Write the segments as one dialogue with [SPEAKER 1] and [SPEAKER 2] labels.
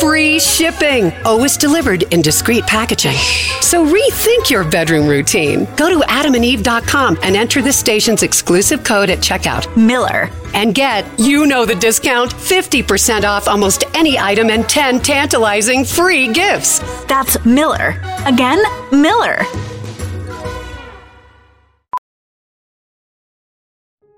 [SPEAKER 1] free shipping. Always delivered in discreet packaging. So rethink your bedroom routine. Go to adamandeve.com and enter the station's exclusive code at checkout
[SPEAKER 2] Miller.
[SPEAKER 1] and get, you know the discount, 50% off almost any item and 10 tantalizing free gifts.
[SPEAKER 2] That's Miller. Again, Miller.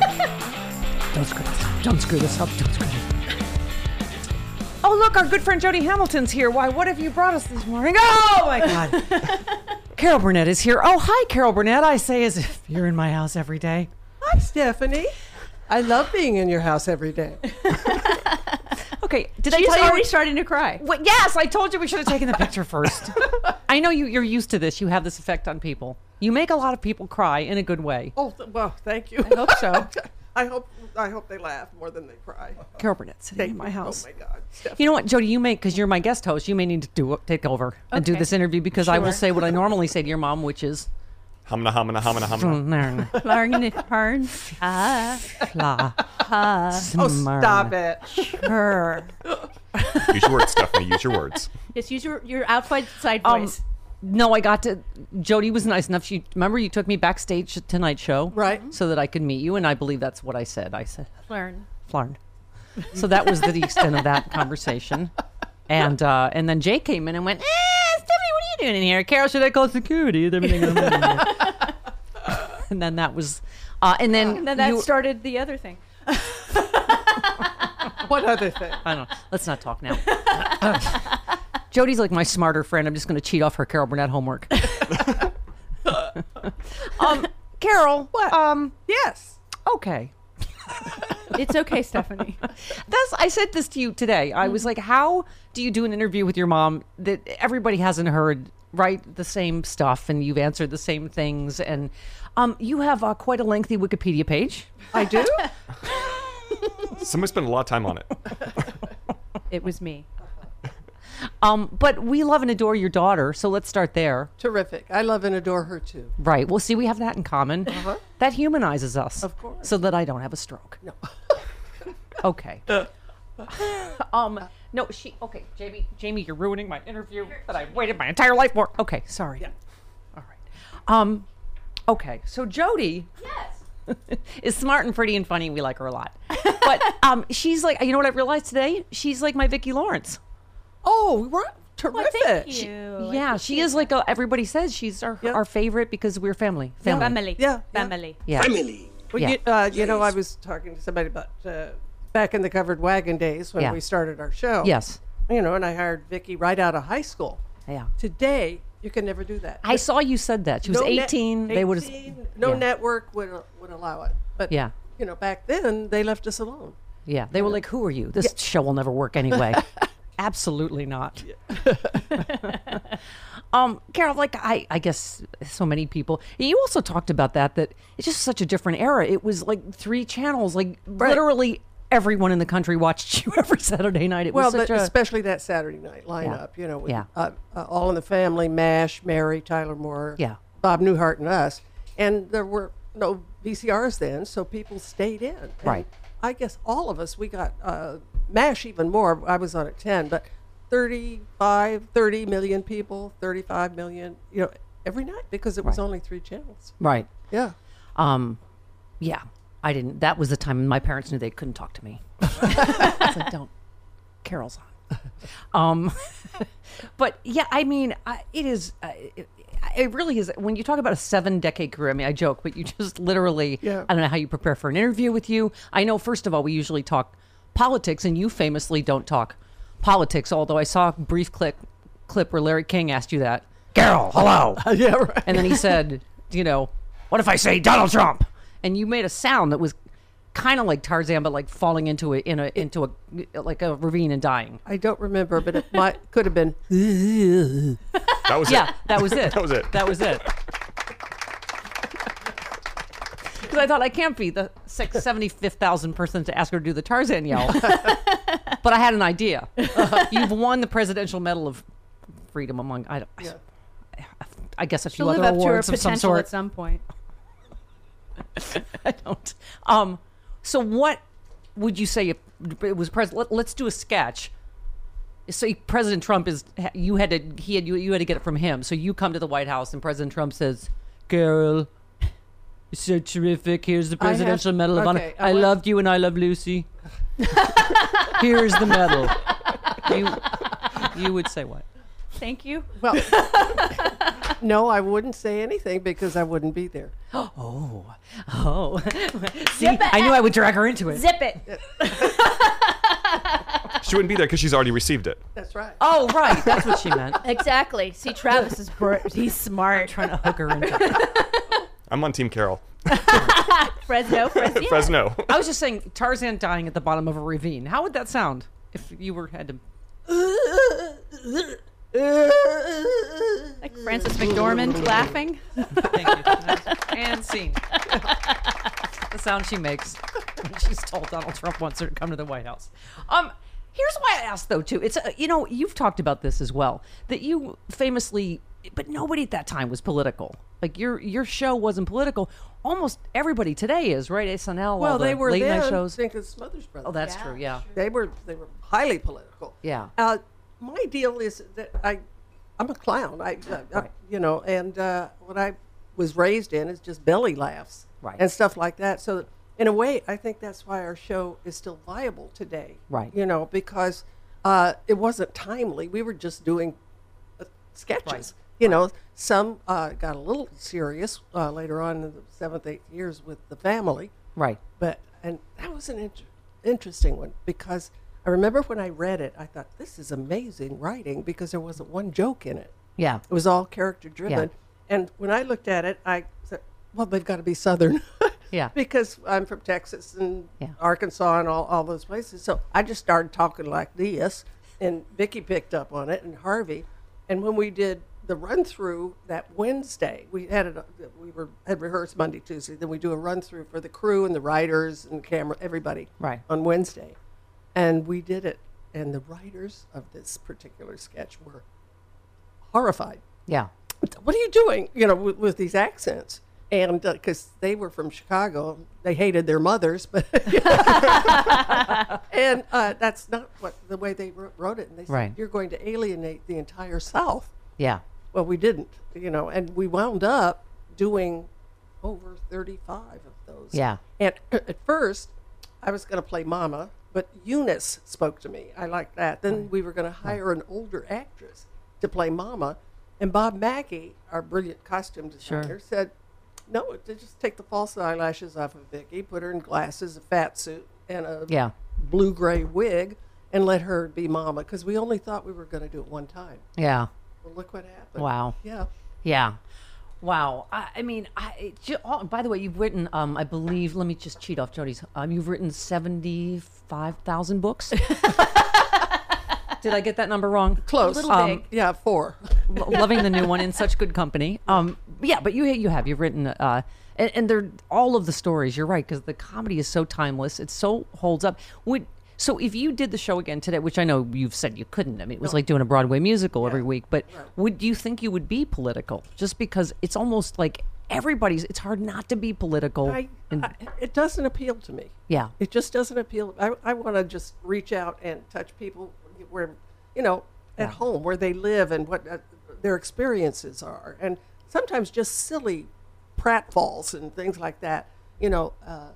[SPEAKER 3] Don't screw this up. Don't screw this up. Don't screw this up.
[SPEAKER 4] Oh, look, our good friend Jody Hamilton's here. Why, what have you brought us this morning? Oh, my God. Carol Burnett is here. Oh, hi, Carol Burnett. I say as if you're in my house every day.
[SPEAKER 5] Hi, Stephanie. I love being in your house every day.
[SPEAKER 4] Okay, did
[SPEAKER 6] She's
[SPEAKER 4] I tell you?
[SPEAKER 6] already starting to cry.
[SPEAKER 4] Wait, yes, I told you we should have taken the picture first.
[SPEAKER 3] I know you, you're used to this. You have this effect on people. You make a lot of people cry in a good way.
[SPEAKER 5] Oh, th- well, thank you.
[SPEAKER 6] I hope so.
[SPEAKER 5] I hope I hope they laugh more than they cry.
[SPEAKER 3] Carol Burnett sitting in my house.
[SPEAKER 5] Oh my God, Stephanie.
[SPEAKER 3] You know what, Jody? You may, because you're my guest host, you may need to do take over and do
[SPEAKER 6] Okay.
[SPEAKER 3] this interview because I will say what I normally say to your mom, which is
[SPEAKER 7] Hamna, hamna, hamna, hamna.
[SPEAKER 3] learn,
[SPEAKER 6] Learn it, learn. Ah,
[SPEAKER 3] fly,
[SPEAKER 5] Oh, stop it.
[SPEAKER 6] her.
[SPEAKER 7] Use your words, Stephanie. Use your words.
[SPEAKER 6] Just use your, your outside side
[SPEAKER 3] Um,
[SPEAKER 6] voice.
[SPEAKER 3] no, I got to. Jody was nice enough. She remember you took me backstage at tonight's show,
[SPEAKER 5] Right.
[SPEAKER 3] So that I could meet you, and I believe that's what I said. I said,
[SPEAKER 6] learn.
[SPEAKER 3] Flarn. So that was the extent of that conversation. And uh, and then Jay came in and went, eh, Stephanie, what are you doing in here? Carol, should I call security? And everything. and then that was, uh, and then,
[SPEAKER 6] And then that
[SPEAKER 3] you-
[SPEAKER 6] started the other thing.
[SPEAKER 5] What other thing?
[SPEAKER 3] I don't know. Let's not talk now. Jody's like my smarter friend. I'm just going to cheat off her Carol Burnett homework. um, Carol, what? Um,
[SPEAKER 5] Yes.
[SPEAKER 3] okay.
[SPEAKER 6] It's okay, Stephanie.
[SPEAKER 3] That's I said this to you today. I was like, how do you do an interview with your mom that everybody hasn't heard right the same stuff and you've answered the same things and um, you have uh, quite a lengthy Wikipedia page.
[SPEAKER 5] I do.
[SPEAKER 7] Somebody spent a lot of time on it.
[SPEAKER 6] It was me.
[SPEAKER 3] Um, but we love and adore your daughter, so let's start there.
[SPEAKER 5] Terrific. I love and adore her too.
[SPEAKER 3] Right. Well, see, we have that in common. That humanizes us. Of
[SPEAKER 5] course.
[SPEAKER 3] So that I don't have a stroke. No. okay. um. No, she. Okay, Jamie. Jamie, you're ruining my interview that I waited my entire life for. Okay, sorry. All right. Um. Okay, so Jody. Yes. is smart and pretty and funny. We like her a lot. But um, she's like, you know what I realized today? She's like my Vicki Lawrence.
[SPEAKER 5] Oh, we're terrific.
[SPEAKER 6] She-
[SPEAKER 3] yeah, she is like a, everybody says she's our, our favorite because we're family. Family.
[SPEAKER 6] Family.
[SPEAKER 5] Yeah, yeah.
[SPEAKER 6] Family.
[SPEAKER 3] Yeah.
[SPEAKER 5] Well,
[SPEAKER 3] Yeah.
[SPEAKER 5] you, uh, you know, I was talking to somebody about uh, back in the covered wagon days when
[SPEAKER 3] Yeah.
[SPEAKER 5] we started our show.
[SPEAKER 3] Yes.
[SPEAKER 5] You know, and I hired Vicky right out of high school.
[SPEAKER 3] Yeah.
[SPEAKER 5] Today, you can never do that.
[SPEAKER 3] I saw you said that. She was
[SPEAKER 5] No net-
[SPEAKER 3] 18. They would have.
[SPEAKER 5] 18, No
[SPEAKER 3] yeah.
[SPEAKER 5] network would would allow it. But
[SPEAKER 3] Yeah.
[SPEAKER 5] you know, back then they left us alone.
[SPEAKER 3] Yeah. They were like, who are you? This show will never work anyway. Absolutely not. um, Carol, like I, I guess so many people. You also talked about that. That it's just such a different era. It was like three channels. Like literally everyone in the country watched you every Saturday night. It
[SPEAKER 5] Well,
[SPEAKER 3] was such
[SPEAKER 5] but
[SPEAKER 3] a
[SPEAKER 5] especially that Saturday night lineup. You know, with,
[SPEAKER 3] Yeah.
[SPEAKER 5] uh, uh, All in the Family, Mash, Mary, Tyler Moore,
[SPEAKER 3] Yeah.
[SPEAKER 5] Bob Newhart, and us. And there were no VCRs then, so people stayed in. And
[SPEAKER 3] Right.
[SPEAKER 5] I guess all of us we got uh, MASH even more. I was on at 10, but 35, 30 million people, 35 million, you know, every night because it was only three channels.
[SPEAKER 8] Right.
[SPEAKER 5] Yeah.
[SPEAKER 3] Um, yeah, I didn't. That was the time my parents knew they couldn't talk to me.
[SPEAKER 8] I said, don't. Carol's on. Um,
[SPEAKER 3] but yeah, I mean, I, it is. Uh, it, it really is. When you talk about a seven-decade career, I mean, I joke, but you just literally.
[SPEAKER 5] Yeah.
[SPEAKER 3] I don't know how you prepare for an interview with you. I know. First of all, we usually talk politics, and you famously don't talk politics. Although I saw a brief clip clip where Larry King asked you that. Carol, hello.
[SPEAKER 5] yeah. Right.
[SPEAKER 3] And then he said, you know, what if I say Donald Trump? And you made a sound that was kind of like Tarzan, but like falling into a in a into a like a ravine and dying.
[SPEAKER 5] I don't remember, but it might, could have been.
[SPEAKER 7] That was
[SPEAKER 3] Yeah,
[SPEAKER 7] it.
[SPEAKER 3] that was it.
[SPEAKER 7] that was it.
[SPEAKER 3] That was it. Because I thought I can't be the six seventy fifth thousand person to ask her to do the Tarzan yell, but I had an idea. You've won the Presidential Medal of Freedom among I don't. I guess a few
[SPEAKER 9] She'll live
[SPEAKER 3] other
[SPEAKER 9] up to her
[SPEAKER 3] awards of some
[SPEAKER 9] potential
[SPEAKER 3] sort.
[SPEAKER 9] at some point.
[SPEAKER 3] I don't. Um, so what would you say if it was president? Let, us do a sketch. So President Trump is you had to he had you you had to get it from him. So you come to the White House and President Trump says, "Carol, you're so terrific. Here's the
[SPEAKER 5] I have-
[SPEAKER 3] Presidential Medal of Honor.
[SPEAKER 5] okay, I
[SPEAKER 3] I,
[SPEAKER 5] want-
[SPEAKER 3] loved you and I love Lucy. Here's the medal." you you would say what?
[SPEAKER 9] Thank you.
[SPEAKER 5] Well, no, I wouldn't say anything because I wouldn't be there.
[SPEAKER 3] Oh, oh! See, I knew I would drag her into it.
[SPEAKER 9] Zip it.
[SPEAKER 7] She wouldn't be there because she's already received it.
[SPEAKER 5] That's right.
[SPEAKER 3] Oh, right, that's what she meant.
[SPEAKER 10] Exactly. See, Travis is br- he's smart.
[SPEAKER 3] Trying to hook her into. It.
[SPEAKER 7] I'm on Team Carol.
[SPEAKER 9] Fresno, Fresno.
[SPEAKER 7] Fresno.
[SPEAKER 3] I was just saying Tarzan dying at the bottom of a ravine. How would that sound if you were had to?
[SPEAKER 9] Like Francis McDormand laughing.
[SPEAKER 3] Thank you. and scene. the sound she makes. when She's told Donald Trump wants her to come to the White House. Um, here's why I asked though too. It's uh, you know you've talked about this as well that you famously, but nobody at that time was political. Like your your show wasn't political. Almost everybody today is right. SNL. all
[SPEAKER 5] Well,
[SPEAKER 3] the
[SPEAKER 5] they were
[SPEAKER 3] late
[SPEAKER 5] then,
[SPEAKER 3] night shows.
[SPEAKER 5] Think of Smothers Brothers.
[SPEAKER 3] Oh, that's true. Yeah.
[SPEAKER 5] they were they were highly political.
[SPEAKER 3] Yeah.
[SPEAKER 5] Uh, my deal is that I, I'm a clown. I, uh, I, I you know, and uh, what I was raised in is just belly laughs,
[SPEAKER 3] Right.
[SPEAKER 5] and stuff like that. So in a way, I think that's why our show is still viable today.
[SPEAKER 3] Right.
[SPEAKER 5] You know, because uh, it wasn't timely. We were just doing uh, sketches. You know, some uh, got a little serious uh, later on in the seventh, eighth years with the family.
[SPEAKER 3] Right.
[SPEAKER 5] But and that was an int- interesting one because I remember when I read it, I thought this is amazing writing because there wasn't one joke in it.
[SPEAKER 3] Yeah.
[SPEAKER 5] It was all character driven. And when I looked at it, I said, "Well, they've got to be Southern."
[SPEAKER 3] Yeah.
[SPEAKER 5] because I'm from Texas and
[SPEAKER 3] Yeah.
[SPEAKER 5] Arkansas and all, all those places. So I just started talking like this, and Vicky picked up on it, and Harvey. And when we did the run through that Wednesday, we had it. We were had rehearsed Monday, Tuesday. Then we do a run through for the crew and the writers and camera, everybody.
[SPEAKER 3] Right.
[SPEAKER 5] on Wednesday, and we did it. And the writers of this particular sketch were horrified
[SPEAKER 3] Yeah.
[SPEAKER 5] what are you doing? You know, with, with these accents. And because they were from Chicago, they hated their mothers, but and uh, that's not what the way they wrote, wrote it. And they said,
[SPEAKER 3] Right.
[SPEAKER 5] "You're going to alienate the entire South."
[SPEAKER 3] Yeah.
[SPEAKER 5] Well, we didn't, you know, and we wound up doing over 35 of those.
[SPEAKER 3] Yeah.
[SPEAKER 5] And at first, I was going to play Mama, but Eunice spoke to me. I liked that. Then we were going to hire an older actress to play Mama. And Bob Mackey, our brilliant costume designer, said, no, to just take the false eyelashes off of Vicky, put her in glasses, a fat suit, and a
[SPEAKER 3] Yeah.
[SPEAKER 5] blue gray wig, and let her be Mama, because we only thought we were going to do it one time.
[SPEAKER 3] Yeah.
[SPEAKER 5] Well, look what happened.
[SPEAKER 3] Wow.
[SPEAKER 5] Yeah.
[SPEAKER 3] Yeah. Wow. I, I mean, I, it ju- oh, by the way, you've written, um, I believe, let me just cheat off Jody's. Um, you've written 75,000 books. Did I get that number wrong?
[SPEAKER 5] Close.
[SPEAKER 3] little Um, big.
[SPEAKER 5] Yeah, four.
[SPEAKER 3] Lo- loving the new one in such good company. Um, yeah, but you you have you've written uh, and, and they're all of the stories. You're right because the comedy is so timeless. It so holds up. Would so if you did the show again today, which I know you've said you couldn't. I mean, it was like doing a Broadway musical every week. But would you think you would be political just because it's almost like everybody's. It's hard not to be political.
[SPEAKER 5] I,
[SPEAKER 3] and-
[SPEAKER 5] I, it doesn't appeal to me.
[SPEAKER 3] Yeah.
[SPEAKER 5] It just doesn't appeal. I, I want to just reach out and touch people where, you know, at home, where they live and what uh, their experiences are. And sometimes just silly pratfalls and things like that. You know, uh,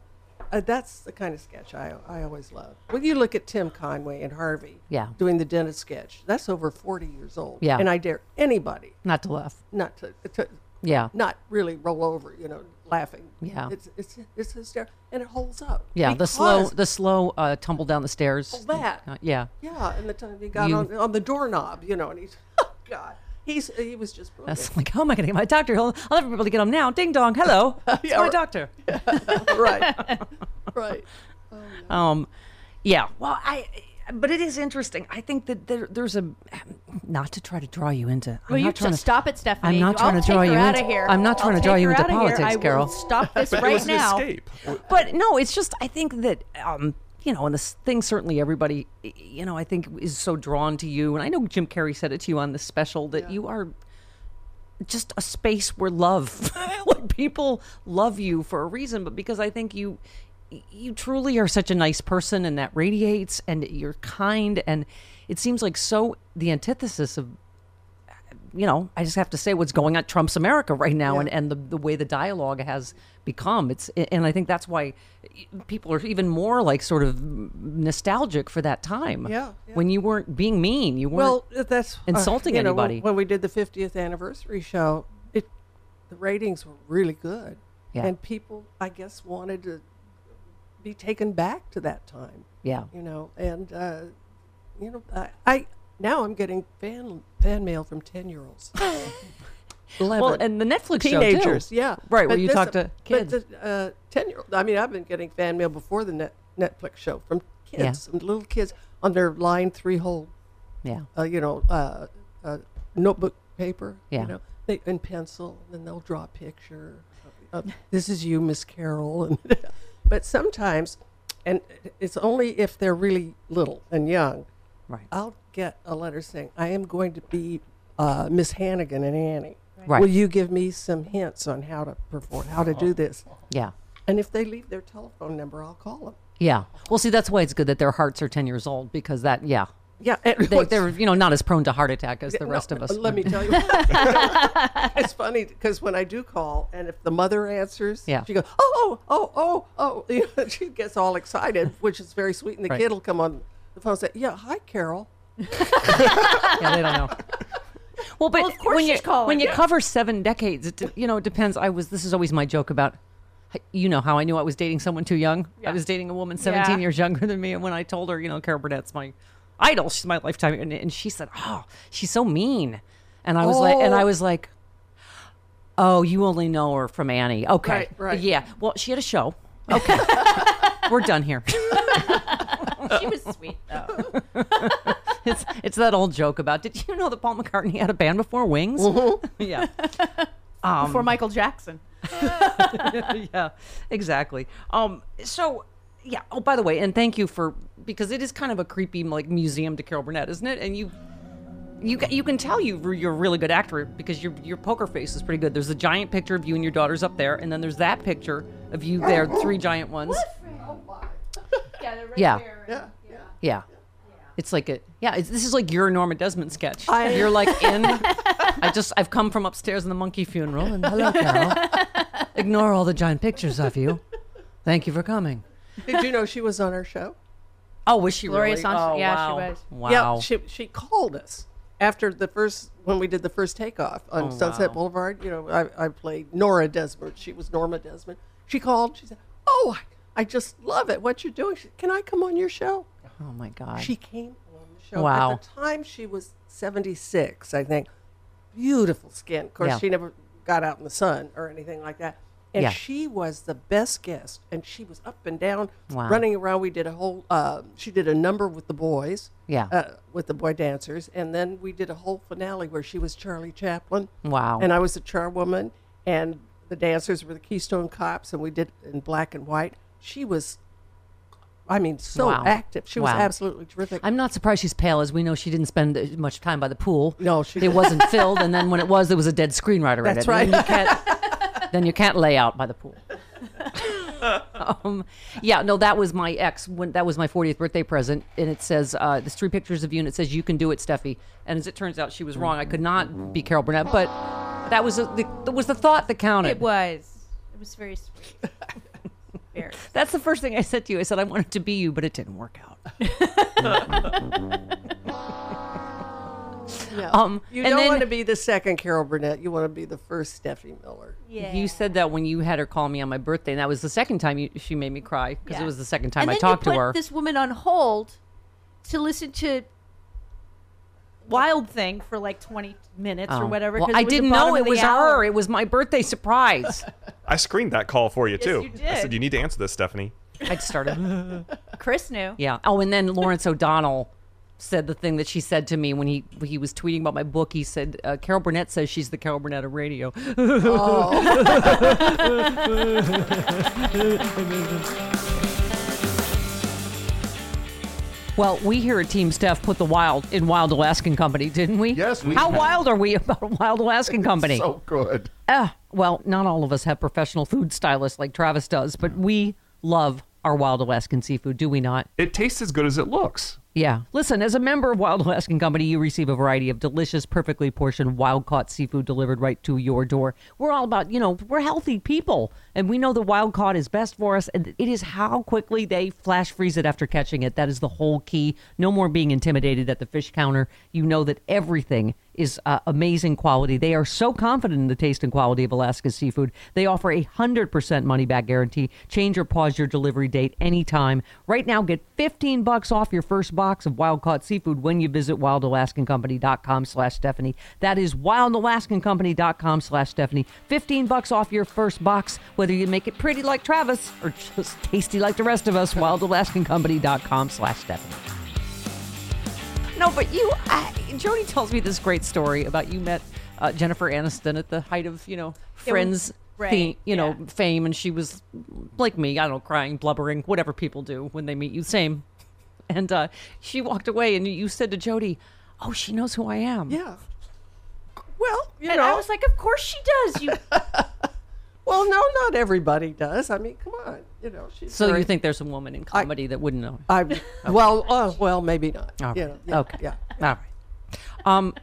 [SPEAKER 5] uh, that's the kind of sketch I, I always love. When you look at Tim Conway and Harvey
[SPEAKER 3] Yeah.
[SPEAKER 5] doing the dentist sketch, that's over 40 years old.
[SPEAKER 3] Yeah.
[SPEAKER 5] And I dare anybody
[SPEAKER 3] not to laugh.
[SPEAKER 5] not to, to
[SPEAKER 3] Yeah.
[SPEAKER 5] not really roll over, you know, laughing.
[SPEAKER 3] Yeah.
[SPEAKER 5] It's, it's, it's hysterical. And it holds up.
[SPEAKER 3] Yeah, the slow,
[SPEAKER 5] because-
[SPEAKER 3] the slow uh, tumble down the stairs.
[SPEAKER 5] Oh, that.
[SPEAKER 3] Uh, yeah.
[SPEAKER 5] Yeah, and the time he got
[SPEAKER 3] You-
[SPEAKER 5] on, on the doorknob, you know, and he's, oh, God. He's, he was just brilliant.
[SPEAKER 3] That's like, how am I going to get my doctor? He'll- I'll never be able to get him now. Ding dong. Hello. It's
[SPEAKER 5] Yeah,
[SPEAKER 3] my
[SPEAKER 5] right.
[SPEAKER 3] doctor.
[SPEAKER 5] right. Right.
[SPEAKER 3] Um, yeah. Well, I. But it is interesting. I think that there, there's a not to try to draw you into. I'm
[SPEAKER 9] Well, you
[SPEAKER 3] not trying
[SPEAKER 9] just
[SPEAKER 3] to-
[SPEAKER 9] stop it, Stephanie.
[SPEAKER 3] I'm not
[SPEAKER 9] I'll
[SPEAKER 3] trying to
[SPEAKER 9] take
[SPEAKER 3] draw you
[SPEAKER 9] her out
[SPEAKER 3] into-
[SPEAKER 9] of here.
[SPEAKER 3] I'm not trying
[SPEAKER 9] I'll
[SPEAKER 3] to draw
[SPEAKER 9] take
[SPEAKER 3] you
[SPEAKER 9] her
[SPEAKER 3] into
[SPEAKER 9] out of here.
[SPEAKER 3] politics,
[SPEAKER 9] I
[SPEAKER 3] Carol.
[SPEAKER 9] Will stop this
[SPEAKER 7] But it
[SPEAKER 9] right
[SPEAKER 7] was an
[SPEAKER 9] now.
[SPEAKER 7] escape.
[SPEAKER 3] But no, it's just I think that um, you know, and this thing certainly everybody y- you know I think is so drawn to you, and I know Jim Carrey said it to you on the special that you are just a space where love, like people love you for a reason, but because I think you you truly are such a nice person, and that radiates, and you're kind, and it seems like so the antithesis of you know, I just have to say what's going on Trump's America right now and, and the, the way the dialogue has become. It's and I think that's why people are even more like sort of nostalgic for that time.
[SPEAKER 5] Yeah, yeah.
[SPEAKER 3] When you weren't being mean, you weren't
[SPEAKER 5] Well, that's uh,
[SPEAKER 3] insulting
[SPEAKER 5] you know, when-
[SPEAKER 3] anybody.
[SPEAKER 5] when we did the 50th anniversary show, it the ratings were really good,
[SPEAKER 3] Yeah.
[SPEAKER 5] and people, I guess, wanted to be taken back to that time.
[SPEAKER 3] Yeah.
[SPEAKER 5] you know, and uh, you know, I, I now I'm getting fan fan mail from ten year olds.
[SPEAKER 3] well, and the Netflix
[SPEAKER 5] teenagers,
[SPEAKER 3] show too.
[SPEAKER 5] yeah,
[SPEAKER 3] Right,
[SPEAKER 5] But
[SPEAKER 3] where you
[SPEAKER 5] this-
[SPEAKER 3] talk to kids.
[SPEAKER 5] But the uh, ten year old, I mean, I've been getting fan mail before the net, Netflix show from
[SPEAKER 3] Yeah.
[SPEAKER 5] kids, and little kids on their line three hole
[SPEAKER 3] yeah.
[SPEAKER 5] uh, you know, uh, uh, notebook paper,
[SPEAKER 3] Yeah.
[SPEAKER 5] you know, they, and pencil, and they'll draw a picture. Of, of, this is you, Miss Carol. And but sometimes, and it's only if they're really little and young,
[SPEAKER 3] Right.
[SPEAKER 5] I'll get a letter saying, "I am going to be uh, Miss Hannigan and Annie.
[SPEAKER 3] Right.
[SPEAKER 5] Will you give me some hints on how to perform, how to do this?"
[SPEAKER 3] Yeah.
[SPEAKER 5] And if they leave their telephone number, I'll call them.
[SPEAKER 3] Yeah. Well, see, that's why it's good that their hearts are 10 years old because that, yeah.
[SPEAKER 5] Yeah, and
[SPEAKER 3] They,
[SPEAKER 5] what's-
[SPEAKER 3] they're, you know, not as prone to heart attack as the
[SPEAKER 5] No,
[SPEAKER 3] rest of us.
[SPEAKER 5] Let
[SPEAKER 3] would
[SPEAKER 5] me
[SPEAKER 3] be.
[SPEAKER 5] tell you, it's funny because when I do call, and if the mother answers,
[SPEAKER 3] Yeah.
[SPEAKER 5] she goes, "Oh, oh, oh, oh, oh!" You know, she gets all excited, which is very sweet. And the
[SPEAKER 3] Right.
[SPEAKER 5] kid will come on the phone and say, "Yeah, hi, Carol."
[SPEAKER 3] yeah, they don't know. Well, but
[SPEAKER 9] Well, of course
[SPEAKER 3] when you
[SPEAKER 9] she's calling.
[SPEAKER 3] when you
[SPEAKER 9] Yeah.
[SPEAKER 3] cover seven decades, it, de- you know, it depends. I was this is always my joke about, h- you know, how I knew I was dating someone too young. I was dating a woman seventeen
[SPEAKER 9] Yeah.
[SPEAKER 3] years younger than me, and when I told her, you know, Carol Burnett's my idol, she's my lifetime, and, and she said, "Oh, she's so mean," and I was like, and I was like, "Oh, you only know her from Annie, okay?
[SPEAKER 5] Right, right.
[SPEAKER 3] Yeah. Well, she had a show. Okay, we're done here."
[SPEAKER 9] She was sweet though.
[SPEAKER 3] it's it's that old joke about did you know that Paul McCartney had a band before Wings?
[SPEAKER 9] Mm-hmm.
[SPEAKER 3] yeah. Um,
[SPEAKER 6] for Michael Jackson.
[SPEAKER 3] yeah, exactly. Um, so yeah. Oh, by the way, and thank you for because it is kind of a creepy like museum to Carol Burnett, isn't it? And you. You, ca- you can tell you re- you're a really good actor because your your poker face is pretty good. There's a giant picture of you and your daughters up there, and then there's that picture of you there, three giant ones. yeah,
[SPEAKER 5] Yeah, yeah.
[SPEAKER 3] yeah. It's like a yeah. It's, this is like your Norma Desmond sketch. You're like in. I just I've come from upstairs in the monkey funeral and hello Carol. Ignore all the giant pictures of you. Thank you for coming.
[SPEAKER 5] Did you know she was on our show?
[SPEAKER 3] Oh, was she
[SPEAKER 9] Gloria
[SPEAKER 3] really?
[SPEAKER 9] Swanson-
[SPEAKER 3] Oh,
[SPEAKER 9] yeah, she
[SPEAKER 3] wow.
[SPEAKER 9] was.
[SPEAKER 3] Wow.
[SPEAKER 5] Yeah, she she called us after the first when we did the first takeoff on
[SPEAKER 3] Oh,
[SPEAKER 5] Sunset Boulevard. You know, I, I played Nora Desmond. She was Norma Desmond. She called. She said, "Oh, I, I just love it. What you're doing? She, Can I come on your show?"
[SPEAKER 3] oh my God.
[SPEAKER 5] She came on the show.
[SPEAKER 3] Wow.
[SPEAKER 5] At the time, she was 76, I think. Beautiful skin. Of course,
[SPEAKER 3] Yeah.
[SPEAKER 5] she never got out in the sun or anything like that. And
[SPEAKER 3] Yeah.
[SPEAKER 5] she was the best guest. And she was up and down,
[SPEAKER 3] Wow.
[SPEAKER 5] running around. We did a whole, uh, she did a number with the boys,
[SPEAKER 3] Yeah.
[SPEAKER 5] uh, with the boy dancers. And then we did a whole finale where she was Charlie Chaplin.
[SPEAKER 3] Wow.
[SPEAKER 5] And I was the charwoman. And the dancers were the Keystone Cops. And we did it in black and white. She was, I mean, so
[SPEAKER 3] Wow.
[SPEAKER 5] active. She was
[SPEAKER 3] Wow.
[SPEAKER 5] absolutely terrific.
[SPEAKER 3] I'm not surprised she's pale, as we know she didn't spend as much time by the pool.
[SPEAKER 5] No, she
[SPEAKER 3] it wasn't filled, and then when it was, there was a dead screenwriter
[SPEAKER 5] That's
[SPEAKER 3] in it. I mean,
[SPEAKER 5] right.
[SPEAKER 3] you can't- then you can't lay out by the pool. um, yeah, no, that was my ex when that was my 40th birthday present, and it says uh, there's three pictures of you, and it says you can do it, Steffi. And as it turns out, she was wrong. I could not be Carol Burnett, but that was a, the, that was the thought that counted.
[SPEAKER 6] It was. It was very sweet. Very.
[SPEAKER 3] That's the first thing I said to you. I said I wanted to be you, but it didn't work out.
[SPEAKER 5] No.
[SPEAKER 3] Um,
[SPEAKER 5] you
[SPEAKER 3] and
[SPEAKER 5] don't
[SPEAKER 3] then-
[SPEAKER 5] want to be the second Carol Burnett. You want to be the first Steffi Miller.
[SPEAKER 3] You said that when you had her call me on my birthday, and that was the second time you, she made me cry because
[SPEAKER 6] Yeah.
[SPEAKER 3] it was the second time
[SPEAKER 6] and
[SPEAKER 3] I
[SPEAKER 6] then
[SPEAKER 3] talked
[SPEAKER 6] you
[SPEAKER 3] to
[SPEAKER 6] put
[SPEAKER 3] her.
[SPEAKER 6] This woman on hold to listen to Wild Thing for like 20 minutes
[SPEAKER 3] Oh.
[SPEAKER 6] or whatever.
[SPEAKER 3] Well,
[SPEAKER 6] 'cause
[SPEAKER 3] I
[SPEAKER 6] was the
[SPEAKER 3] didn't
[SPEAKER 6] bottom
[SPEAKER 3] know
[SPEAKER 6] of
[SPEAKER 3] it
[SPEAKER 6] the
[SPEAKER 3] was
[SPEAKER 6] hour.
[SPEAKER 3] her. It was my birthday surprise.
[SPEAKER 7] I screened that call for you,
[SPEAKER 6] Yes,
[SPEAKER 7] too.
[SPEAKER 6] you
[SPEAKER 7] I
[SPEAKER 6] did.
[SPEAKER 7] said, you need to answer this, Stephanie.
[SPEAKER 3] I'd started.
[SPEAKER 6] Chris knew.
[SPEAKER 3] yeah. Oh, and then Lawrence O'Donnell said the thing that she said to me when he when he was tweeting about my book. He said, uh, "Carol Burnett says she's the Carol Burnett of radio." Well, we here at Team Steph put the wild in Wild Alaskan Company, didn't we? Yes,
[SPEAKER 11] we
[SPEAKER 3] How
[SPEAKER 11] have.
[SPEAKER 3] wild are we about Wild Alaskan Company?
[SPEAKER 11] So good.
[SPEAKER 3] Uh, well, not all of us have professional food stylists like Travis does, but we love our Wild Alaskan seafood, do we not?
[SPEAKER 7] It tastes as good as it looks.
[SPEAKER 3] Yeah. Listen, as a member of Wild Alaskan Company, you receive a variety of delicious, perfectly portioned, wild caught seafood delivered right to your door. We're all about, you know, we're healthy people, and we know the wild caught is best for us. And it is how quickly they flash freeze it after catching it. That is the whole key. No more being intimidated at the fish counter. You know that everything is uh, amazing quality. They are so confident in the taste and quality of Alaska seafood. They offer a 100% money back guarantee. Change or pause your delivery date anytime. Right now get 15 bucks off your first box of wild caught seafood when you visit wildalaskancompany.com slash Stephanie. That is wildalaskancompany.com slash Stephanie. 15 bucks off your first box whether you make it pretty like Travis or just tasty like the rest of us wildalaskancompany.com slash Stephanie. No, but you, I, Jody tells me this great story about you met uh, Jennifer Aniston at the height of you know
[SPEAKER 12] It was-
[SPEAKER 3] Friends,
[SPEAKER 12] right,
[SPEAKER 3] thing- you know fame, and she was like me, I don't know, crying, blubbering, whatever people do when they meet you, same. And uh, she walked away, and you said to Jody, "Oh, she knows who I am."
[SPEAKER 5] Yeah. Well, you
[SPEAKER 6] and
[SPEAKER 5] know.
[SPEAKER 6] I was like, of course she does. You
[SPEAKER 5] well, no, not everybody does. I mean, come on. You know, she's
[SPEAKER 3] So
[SPEAKER 5] very-
[SPEAKER 3] you think there's a woman in comedy that wouldn't know?
[SPEAKER 5] I well, uh, well, maybe not.
[SPEAKER 3] All right.
[SPEAKER 5] You know, yeah,
[SPEAKER 3] okay.
[SPEAKER 5] Yeah.
[SPEAKER 3] All right. Um,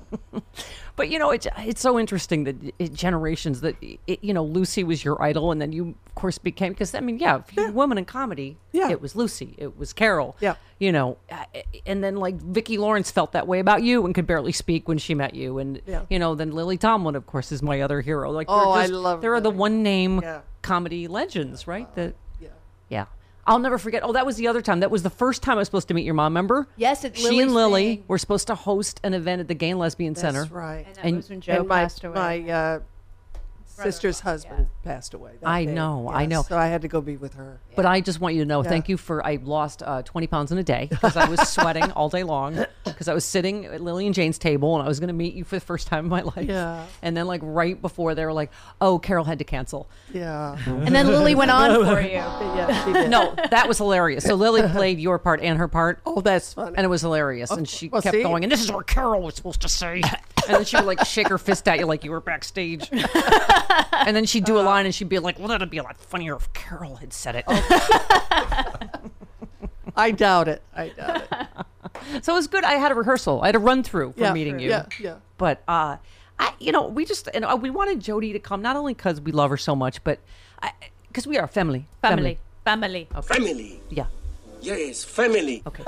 [SPEAKER 3] but you know, it's it's so interesting that it, generations that it, you know Lucy was your idol, and then you of course became because I mean, yeah, if you're a woman in comedy,
[SPEAKER 12] Yeah.
[SPEAKER 3] it was Lucy, it was Carol,
[SPEAKER 12] Yeah.
[SPEAKER 3] you know, uh, and then like Vicki Lawrence felt that way about you and could barely speak when she met you, and
[SPEAKER 12] Yeah.
[SPEAKER 3] you know, then Lily Tomlin, of course, is my other hero. Like, they're
[SPEAKER 12] Oh, I
[SPEAKER 3] just-
[SPEAKER 12] love Uh,
[SPEAKER 3] There are the one name comedy legends, right? That yeah, yeah. I'll never forget. Oh, that was the other time. That was the first time I was supposed to meet your mom. Remember?
[SPEAKER 6] Yes, at
[SPEAKER 3] she and
[SPEAKER 6] Lily's
[SPEAKER 3] Lily
[SPEAKER 6] thing.
[SPEAKER 3] were supposed to host an event at the Gay and Lesbian
[SPEAKER 5] That's
[SPEAKER 3] Center.
[SPEAKER 5] right. And
[SPEAKER 6] that was when Joe
[SPEAKER 5] and my,
[SPEAKER 6] passed away.
[SPEAKER 5] My uh, sister's husband passed away. that
[SPEAKER 3] I
[SPEAKER 5] day.
[SPEAKER 3] know, I know.
[SPEAKER 5] So I had to go be with her.
[SPEAKER 3] But I just want you to know,
[SPEAKER 5] Yeah.
[SPEAKER 3] thank you for. I lost uh, 20 pounds in a day because I was sweating all day long because I was sitting at Lily and Jane's table and I was going to meet you for the first time in my life.
[SPEAKER 5] Yeah.
[SPEAKER 3] And then, like, right before they were like, oh, Carol had to cancel.
[SPEAKER 5] Yeah.
[SPEAKER 3] And then Lily went on for you.
[SPEAKER 5] yeah, she did.
[SPEAKER 3] no, that was hilarious. So Lily played your part and her part.
[SPEAKER 5] Oh, that's funny.
[SPEAKER 3] And it was hilarious. And she
[SPEAKER 12] Well,
[SPEAKER 3] kept
[SPEAKER 12] see?
[SPEAKER 3] going, and this is what Carol was supposed to say. and then she would like shake her fist at you like you were backstage. and then she'd do a line and she'd be like, well, that'd be a lot funnier if Carol had said it.
[SPEAKER 5] I doubt it. I doubt it.
[SPEAKER 3] so it was good. I had a rehearsal. I had a run through for
[SPEAKER 5] Yeah,
[SPEAKER 3] meeting you.
[SPEAKER 5] yeah, yeah.
[SPEAKER 3] But uh, I, you know, we just and uh, we wanted Jody to come not only because we love her so much, but because we are family. Oh.
[SPEAKER 6] family, family,
[SPEAKER 13] Family.
[SPEAKER 3] Yeah,
[SPEAKER 13] Yes, family.
[SPEAKER 3] Okay.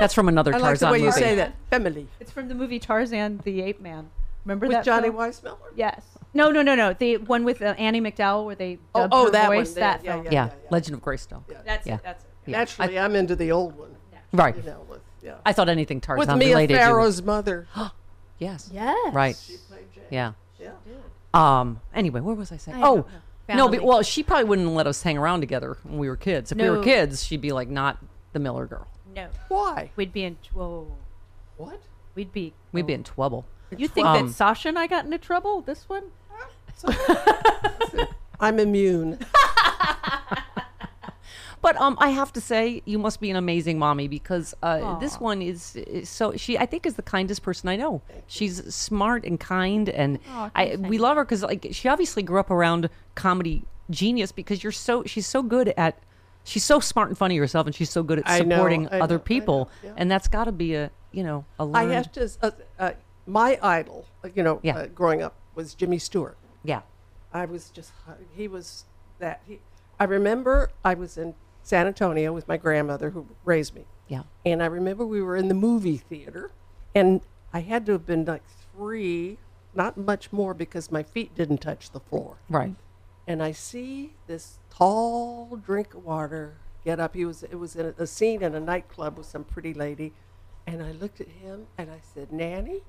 [SPEAKER 3] that's from another
[SPEAKER 6] I
[SPEAKER 3] Tarzan
[SPEAKER 6] like the way you
[SPEAKER 3] movie.
[SPEAKER 6] say
[SPEAKER 5] that. Family.
[SPEAKER 6] It's from the movie Tarzan the Ape Man. Remember
[SPEAKER 5] With
[SPEAKER 6] that
[SPEAKER 5] Johnny
[SPEAKER 6] film?
[SPEAKER 5] Weissmuller?
[SPEAKER 6] Yes. No, no, no, no. The one with uh, Annie McDowell where they
[SPEAKER 5] Oh,
[SPEAKER 6] dubbed
[SPEAKER 5] oh,
[SPEAKER 6] her
[SPEAKER 5] that one.
[SPEAKER 6] voice.
[SPEAKER 5] Yeah,
[SPEAKER 6] That
[SPEAKER 5] yeah,
[SPEAKER 6] film.
[SPEAKER 3] yeah, Legend of Greystone.
[SPEAKER 6] That's
[SPEAKER 3] yeah.
[SPEAKER 6] it. That's it.
[SPEAKER 3] Yeah.
[SPEAKER 5] Naturally, I, am into the old one.
[SPEAKER 3] Right.
[SPEAKER 5] You know, with, yeah.
[SPEAKER 3] I thought anything Tarzan
[SPEAKER 5] With Mia
[SPEAKER 3] related. you would-
[SPEAKER 5] Farrow's mother.
[SPEAKER 3] yes.
[SPEAKER 6] Yes.
[SPEAKER 3] Right. Yeah. Um. Anyway, where was I saying?
[SPEAKER 12] I
[SPEAKER 3] oh,
[SPEAKER 12] don't know.
[SPEAKER 3] no. But,
[SPEAKER 12] Family.
[SPEAKER 3] well, she probably wouldn't let us hang around together when we were kids. If we were
[SPEAKER 6] No.
[SPEAKER 3] kids, she'd be like, not the Miller girl.
[SPEAKER 6] No.
[SPEAKER 5] Why?
[SPEAKER 6] We'd be in. Whoa.
[SPEAKER 5] What?
[SPEAKER 6] We'd be.
[SPEAKER 3] We'd be in trouble.
[SPEAKER 6] You think
[SPEAKER 3] Um,
[SPEAKER 6] that Sasha and I got into trouble? This one?
[SPEAKER 5] I'm immune.
[SPEAKER 3] But um, I have to say, you must be an amazing mommy because uh, this
[SPEAKER 7] Aw.
[SPEAKER 3] one is, is so. She, I think, is the kindest person I know. She's smart and kind, and
[SPEAKER 7] Aw,
[SPEAKER 3] I we love her because like she obviously grew up around comedy genius because you're so she's so good at. She's so smart and funny herself, and she's so good at
[SPEAKER 5] I know,
[SPEAKER 3] supporting other
[SPEAKER 5] I know, I know,
[SPEAKER 3] people,
[SPEAKER 5] yeah.
[SPEAKER 3] and that's got to be a you know a
[SPEAKER 5] I
[SPEAKER 3] learned.
[SPEAKER 5] have to. s- Uh, uh, my idol, uh, you know,
[SPEAKER 3] Yeah.
[SPEAKER 5] uh, growing up was Jimmy Stewart.
[SPEAKER 3] Yeah.
[SPEAKER 5] I was just. uh, He was that. He, I remember I was in San Antonio with my grandmother who raised me.
[SPEAKER 3] Yeah.
[SPEAKER 5] And I remember we were in the movie theater, and I had to have been like three, not much more, because my feet didn't touch the floor.
[SPEAKER 3] Right.
[SPEAKER 5] And I see this tall drink of water get up. He was it was in a, a scene in a nightclub with some pretty lady, and I looked at him and I said, "Nanny,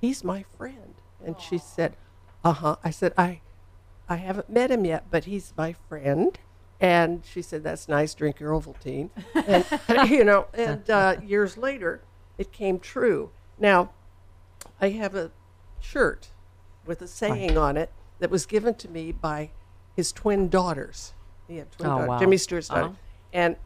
[SPEAKER 5] he's my friend." And she said, "Uh huh." I said, "I, I haven't met him yet, but he's my friend." And she said, "That's nice. Drink your Ovaltine." And, you know. And uh, years later, it came true. Now, I have a shirt with a saying on it that was given to me by his twin daughters. He had twin
[SPEAKER 3] Oh,
[SPEAKER 5] daughters,
[SPEAKER 3] wow.
[SPEAKER 5] Jimmy Stewart's daughter.
[SPEAKER 3] Uh-huh.
[SPEAKER 5] And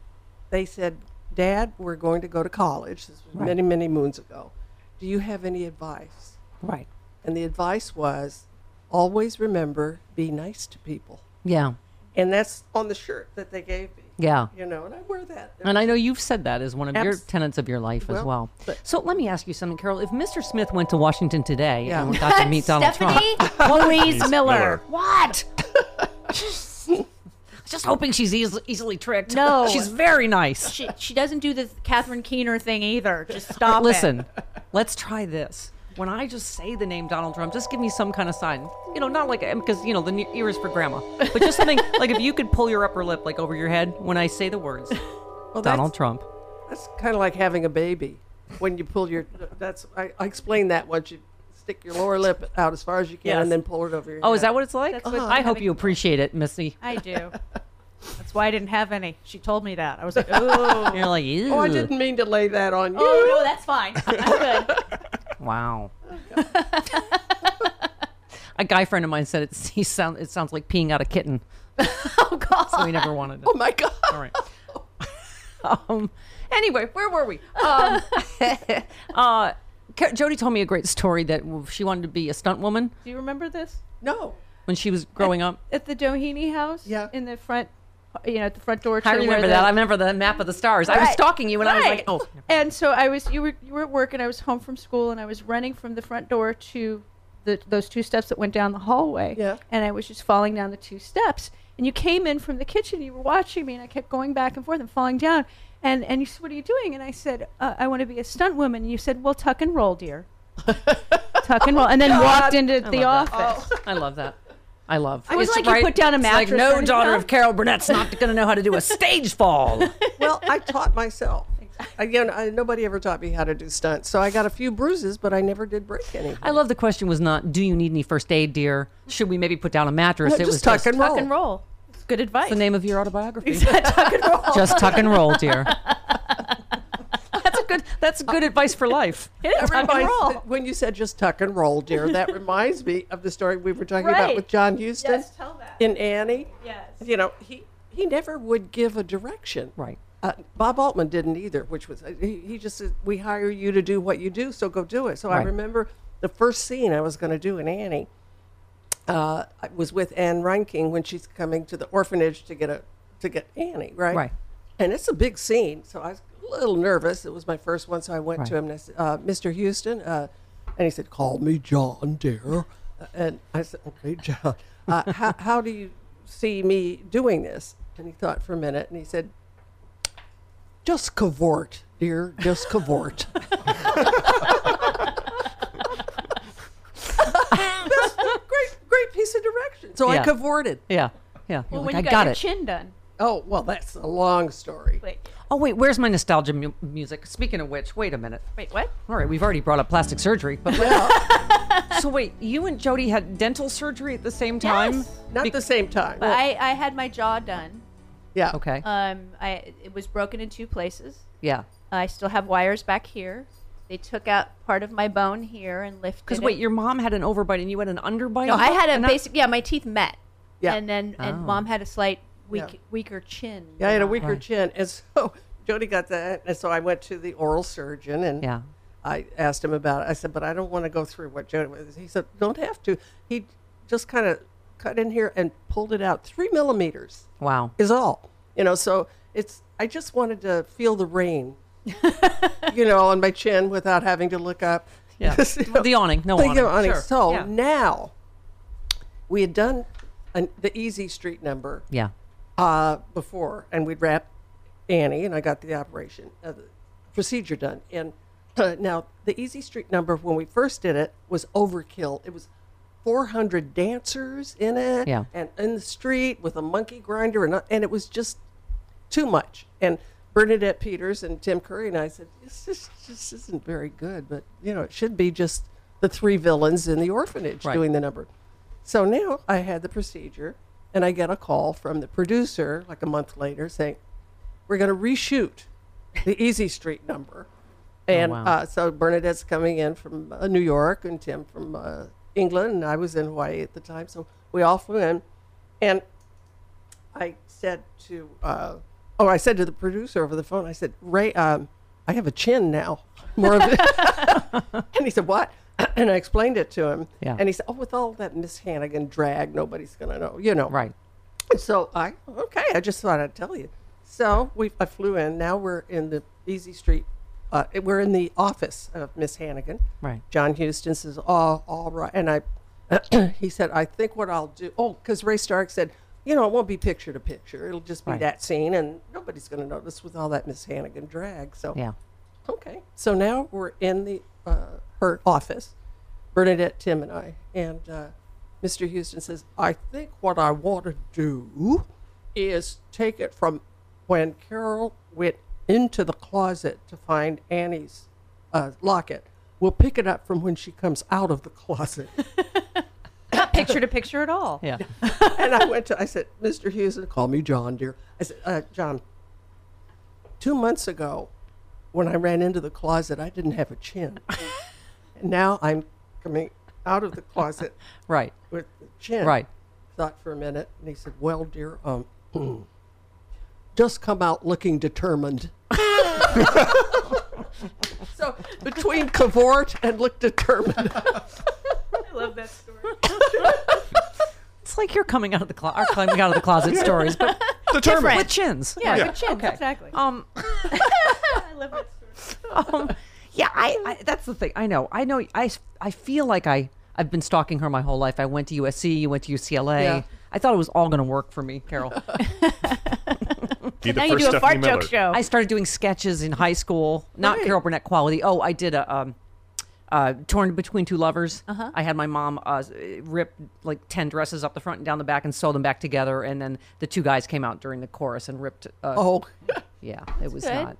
[SPEAKER 5] they said, Dad, we're going to go to college. This was
[SPEAKER 3] Right.
[SPEAKER 5] many, many moons ago. Do you have any advice?
[SPEAKER 3] Right.
[SPEAKER 5] And the advice was always remember, be nice to people.
[SPEAKER 3] Yeah.
[SPEAKER 5] And that's on the shirt that they gave me.
[SPEAKER 3] Yeah.
[SPEAKER 5] You know, and I wear that.
[SPEAKER 3] And I know you've said that as one of your
[SPEAKER 5] Abs-
[SPEAKER 3] tenets of your life as
[SPEAKER 5] Well,
[SPEAKER 3] well. So let me ask you something, Carol. If Mr. Smith went to Washington today
[SPEAKER 7] Yeah.
[SPEAKER 3] and got to meet Donald
[SPEAKER 7] Stephanie
[SPEAKER 3] Trump,
[SPEAKER 7] Louise Louise Miller. Miller.
[SPEAKER 3] What? Just hoping she's eas- easily tricked.
[SPEAKER 7] No.
[SPEAKER 3] she's very nice.
[SPEAKER 7] She, she doesn't do the Catherine Keener thing either. Just stop it.
[SPEAKER 3] Listen, let's try this. When I just say the name Donald Trump, just give me some kind of sign. You know, not like because you know the ne- ear is for grandma, but just something like if you could pull your upper lip like over your head when I say the words Donald Trump.
[SPEAKER 5] That's kind of like having a baby when you pull your. That's I, I explained that once you stick your lower lip out as far as you can
[SPEAKER 3] Yes.
[SPEAKER 5] and then pull it over your.
[SPEAKER 3] Oh, is
[SPEAKER 5] head.
[SPEAKER 3] that what it's like?
[SPEAKER 5] Uh-huh.
[SPEAKER 3] I hope you appreciate it, Missy.
[SPEAKER 9] I do. That's why I didn't have any. She told me that. I was like, oh.
[SPEAKER 3] You're like, Ew.
[SPEAKER 5] Oh, I didn't mean to lay that on you.
[SPEAKER 9] Oh, no, that's fine. I'm good.
[SPEAKER 3] Wow. a guy friend of mine said it, he sound, it sounds like peeing out a kitten. oh, God. So he never wanted it. Oh,
[SPEAKER 5] my God.
[SPEAKER 3] All right. um, anyway, where were we? Um, uh, Ca- Jody told me a great story that she wanted to be a stunt woman
[SPEAKER 9] Do you remember this?
[SPEAKER 5] No.
[SPEAKER 3] when she was growing up.
[SPEAKER 9] At the Doheny house? Yeah. In the front, you know, at the front door. to
[SPEAKER 3] I
[SPEAKER 9] where
[SPEAKER 3] remember
[SPEAKER 9] the-
[SPEAKER 3] that. I remember the map of the stars. I was
[SPEAKER 9] Right.
[SPEAKER 3] stalking you, and I was like,
[SPEAKER 9] Right.
[SPEAKER 3] "Oh,
[SPEAKER 9] And so I was, you were, you were at work, and I was home from school, and I was running from the front door to the, those two steps that went down the hallway.
[SPEAKER 5] Yeah.
[SPEAKER 9] And I was just falling down the two steps. And you came in from the kitchen, you were watching me, and I kept going back and forth and falling down. And, and you said, What are you doing? And I said, uh, I want to be a stunt woman. And you said, Well, tuck and roll, dear. tuck and roll. And then walked into
[SPEAKER 3] I
[SPEAKER 9] the
[SPEAKER 3] love
[SPEAKER 9] office.
[SPEAKER 3] that. Oh. I love that. I love.
[SPEAKER 9] It wasn't like you put down a
[SPEAKER 3] it's
[SPEAKER 9] mattress
[SPEAKER 3] Like
[SPEAKER 9] or
[SPEAKER 3] no
[SPEAKER 9] anything,
[SPEAKER 3] daughter
[SPEAKER 9] no.
[SPEAKER 3] of Carol Burnett's not going to know how to do a stage fall.
[SPEAKER 5] well, I taught myself. Again, I, nobody ever taught me how to do stunts, so I got a few bruises, but I never did break any.
[SPEAKER 3] I love the question was not, do you need any first aid, dear? Should we maybe put down a mattress?
[SPEAKER 5] No,
[SPEAKER 3] it
[SPEAKER 5] just
[SPEAKER 3] was
[SPEAKER 5] tuck
[SPEAKER 3] just
[SPEAKER 5] and
[SPEAKER 9] Tuck and roll. It's good advice.
[SPEAKER 3] The name of your autobiography.
[SPEAKER 9] tuck and roll.
[SPEAKER 3] just tuck and roll, dear. that's a good. That's good advice for life.
[SPEAKER 5] That reminds- When you said just tuck and roll, dear, that reminds me of the story we were talking
[SPEAKER 9] Right.
[SPEAKER 5] about with John Huston
[SPEAKER 9] Yes, tell that.
[SPEAKER 5] in Annie.
[SPEAKER 9] Yes.
[SPEAKER 5] You know, he, he never would give a direction.
[SPEAKER 3] Right.
[SPEAKER 5] Uh, Bob Altman didn't either, which was, uh, he, he just said, We hire you to do what you do, so go do it. So I
[SPEAKER 3] Right.
[SPEAKER 5] remember the first scene I was going to do in Annie uh, I was with Anne Reinking when she's coming to the orphanage to get a to get Annie, right?
[SPEAKER 3] Right.
[SPEAKER 5] And it's a big scene, so I was a little nervous. It was my first one, so I went to
[SPEAKER 3] Right.
[SPEAKER 5] him and I said, uh, "Mr. Houston," uh, and he said, "Call me John, dear." Uh, And I said, "Okay, John. Uh, how how do you see me doing this?" And he thought for a minute, and he said, "Just cavort, dear. Just cavort." That's a great, great piece of direction. So
[SPEAKER 3] Yeah.
[SPEAKER 5] I cavorted.
[SPEAKER 3] Yeah. Yeah. You're
[SPEAKER 9] Well,
[SPEAKER 3] like,
[SPEAKER 9] when
[SPEAKER 3] I
[SPEAKER 9] you got,
[SPEAKER 3] got
[SPEAKER 9] your
[SPEAKER 3] it.
[SPEAKER 9] chin done.
[SPEAKER 5] Oh well, that's a long story.
[SPEAKER 9] Wait,
[SPEAKER 3] Oh wait, where's my nostalgia mu- music? Speaking of which, wait a minute.
[SPEAKER 9] wait, what?
[SPEAKER 3] All right, we've already brought up plastic surgery, but so wait, you and Jody had dental surgery at the same time?
[SPEAKER 9] Yes.
[SPEAKER 5] Not the same time.
[SPEAKER 9] But I, I had my jaw done.
[SPEAKER 5] yeah.
[SPEAKER 3] Okay.
[SPEAKER 9] Um, I it was broken in two places.
[SPEAKER 3] yeah.
[SPEAKER 9] I still have wires back here. They took out part of my bone here and lifted.
[SPEAKER 3] Because
[SPEAKER 9] it.
[SPEAKER 3] wait, your mom had an overbite and you had an underbite.
[SPEAKER 9] no, I had a
[SPEAKER 3] And
[SPEAKER 9] basic. Yeah, my teeth met.
[SPEAKER 5] Yeah.
[SPEAKER 9] And then and
[SPEAKER 3] Oh.
[SPEAKER 9] mom had a slight
[SPEAKER 6] weak,
[SPEAKER 5] Yeah.
[SPEAKER 6] weaker chin.
[SPEAKER 5] Yeah, I had a weaker
[SPEAKER 6] Right.
[SPEAKER 5] chin, and so Jody got that, and so I went to the oral surgeon, and
[SPEAKER 3] Yeah.
[SPEAKER 5] I asked him about it. I said, "But I don't want to go through what Jody." Was. He said, "Don't have to." He just kind of cut in here and pulled it out three millimeters.
[SPEAKER 3] Wow.
[SPEAKER 5] is all you know. So it's. I just wanted to feel the rain, you know, on my chin without having to look up.
[SPEAKER 3] Yeah. The awning, no
[SPEAKER 5] the
[SPEAKER 3] awning.
[SPEAKER 5] awning.
[SPEAKER 3] Sure.
[SPEAKER 5] So
[SPEAKER 3] Yeah.
[SPEAKER 5] now we had done an, the easy street number
[SPEAKER 3] Yeah.
[SPEAKER 5] uh, before, and we'd wrap Annie, and I got the operation, uh, the procedure done. And uh, now the Easy Street number when we first did it was overkill. It was 400 dancers in it,
[SPEAKER 3] Yeah.
[SPEAKER 5] and in the street with a monkey grinder, and and it was just too much. And Bernadette Peters and Tim Curry and I said, this just this isn't very good, but you know it should be just the three villains in the orphanage
[SPEAKER 3] Right.
[SPEAKER 5] doing the number. So now I had the procedure, and I get a call from the producer like a month later saying, "We're going to reshoot the Easy Street number." And
[SPEAKER 3] Oh, wow.
[SPEAKER 5] uh, so Bernadette's coming in from uh, New York, and Tim from uh, England, and I was in Hawaii at the time, so we all flew in, and I said to, uh, oh, I said to the producer over the phone, I said, Ray, um, I have a chin now. More of it. and he said, what? and I explained it to him.
[SPEAKER 3] Yeah.
[SPEAKER 5] And he said, oh, with all that Miss Hannigan drag, nobody's going to know, you know.
[SPEAKER 3] Right.
[SPEAKER 5] So I, okay, I just thought I'd tell you. So we, I flew in. Now we're in the Easy Street. Uh, we're in the office of Miss Hannigan.
[SPEAKER 3] Right.
[SPEAKER 5] John Houston says, "All, all right." And I, he said, "I think what I'll do." Oh, because Ray Stark said, "You know, it won't be picture to picture. It'll just be
[SPEAKER 3] Right.
[SPEAKER 5] that scene, and nobody's going to notice with all that Miss Hannigan drag." So
[SPEAKER 3] Yeah.
[SPEAKER 5] okay. So now we're in the uh, her office, Bernadette, Tim, and I, and uh, Mr. Houston says, "I think what I want to do is take it from when Carol went into the closet to find Annie's uh, locket. We'll pick it up from when she comes out of the closet."
[SPEAKER 6] Not picture to picture at all.
[SPEAKER 3] Yeah.
[SPEAKER 5] and I went to, I said, Mr. Houston, call me John, dear. I said, uh, John, two months ago, when I ran into the closet, I didn't have a chin. and now I'm coming out of the closet
[SPEAKER 3] Right.
[SPEAKER 5] with a chin.
[SPEAKER 3] Right.
[SPEAKER 5] Thought for a minute, and he said, Well, dear, um, just come out looking determined. so between cavort and look determined.
[SPEAKER 6] I love that story.
[SPEAKER 3] It's like you're coming out of the closet, are coming out of the closet stories, but
[SPEAKER 7] Determined.
[SPEAKER 3] with chins.
[SPEAKER 6] Yeah,
[SPEAKER 3] Right.
[SPEAKER 6] good chin. Exactly.
[SPEAKER 3] Um,
[SPEAKER 6] I love that story.
[SPEAKER 3] um, yeah, I, I that's the thing. I know. I know. I I feel like I I've been stalking her my whole life. I went to USC. You went to UCLA.
[SPEAKER 5] Yeah.
[SPEAKER 3] I thought it was all going to work for me, Carol.
[SPEAKER 7] Be the
[SPEAKER 9] now you
[SPEAKER 7] first
[SPEAKER 9] do a
[SPEAKER 7] Stephanie
[SPEAKER 9] fart
[SPEAKER 7] Miller.
[SPEAKER 9] joke show.
[SPEAKER 3] I started doing sketches in high school, not Carol Burnett quality. Oh, I did a um, uh, torn between two lovers. I had my mom uh, rip like ten dresses up the front and down the back and sew them back together, and then the two guys came out during the chorus and ripped. Uh,
[SPEAKER 5] Oh,
[SPEAKER 3] yeah, it was
[SPEAKER 6] good.
[SPEAKER 3] not.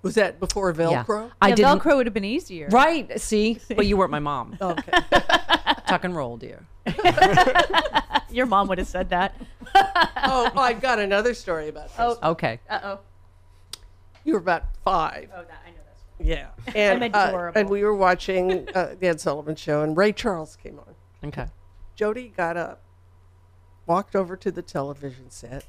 [SPEAKER 5] was that before
[SPEAKER 3] Yeah.
[SPEAKER 5] Velcro?
[SPEAKER 3] I
[SPEAKER 6] yeah,
[SPEAKER 3] didn't.
[SPEAKER 6] Velcro would have been easier.
[SPEAKER 3] Right, see, but you weren't my mom.
[SPEAKER 5] Okay.
[SPEAKER 3] Tuck and roll, dear.
[SPEAKER 9] Your mom would have said that.
[SPEAKER 5] oh, I've got another story about this.
[SPEAKER 3] Okay.
[SPEAKER 9] Uh-oh.
[SPEAKER 5] You were about five.
[SPEAKER 9] Oh, that, I know that's
[SPEAKER 5] Yeah. And,
[SPEAKER 9] I'm
[SPEAKER 5] uh,
[SPEAKER 9] adorable.
[SPEAKER 5] and we were watching uh, the Ed Sullivan show, and Ray Charles came on.
[SPEAKER 3] Okay.
[SPEAKER 5] Jody got up, walked over to the television set,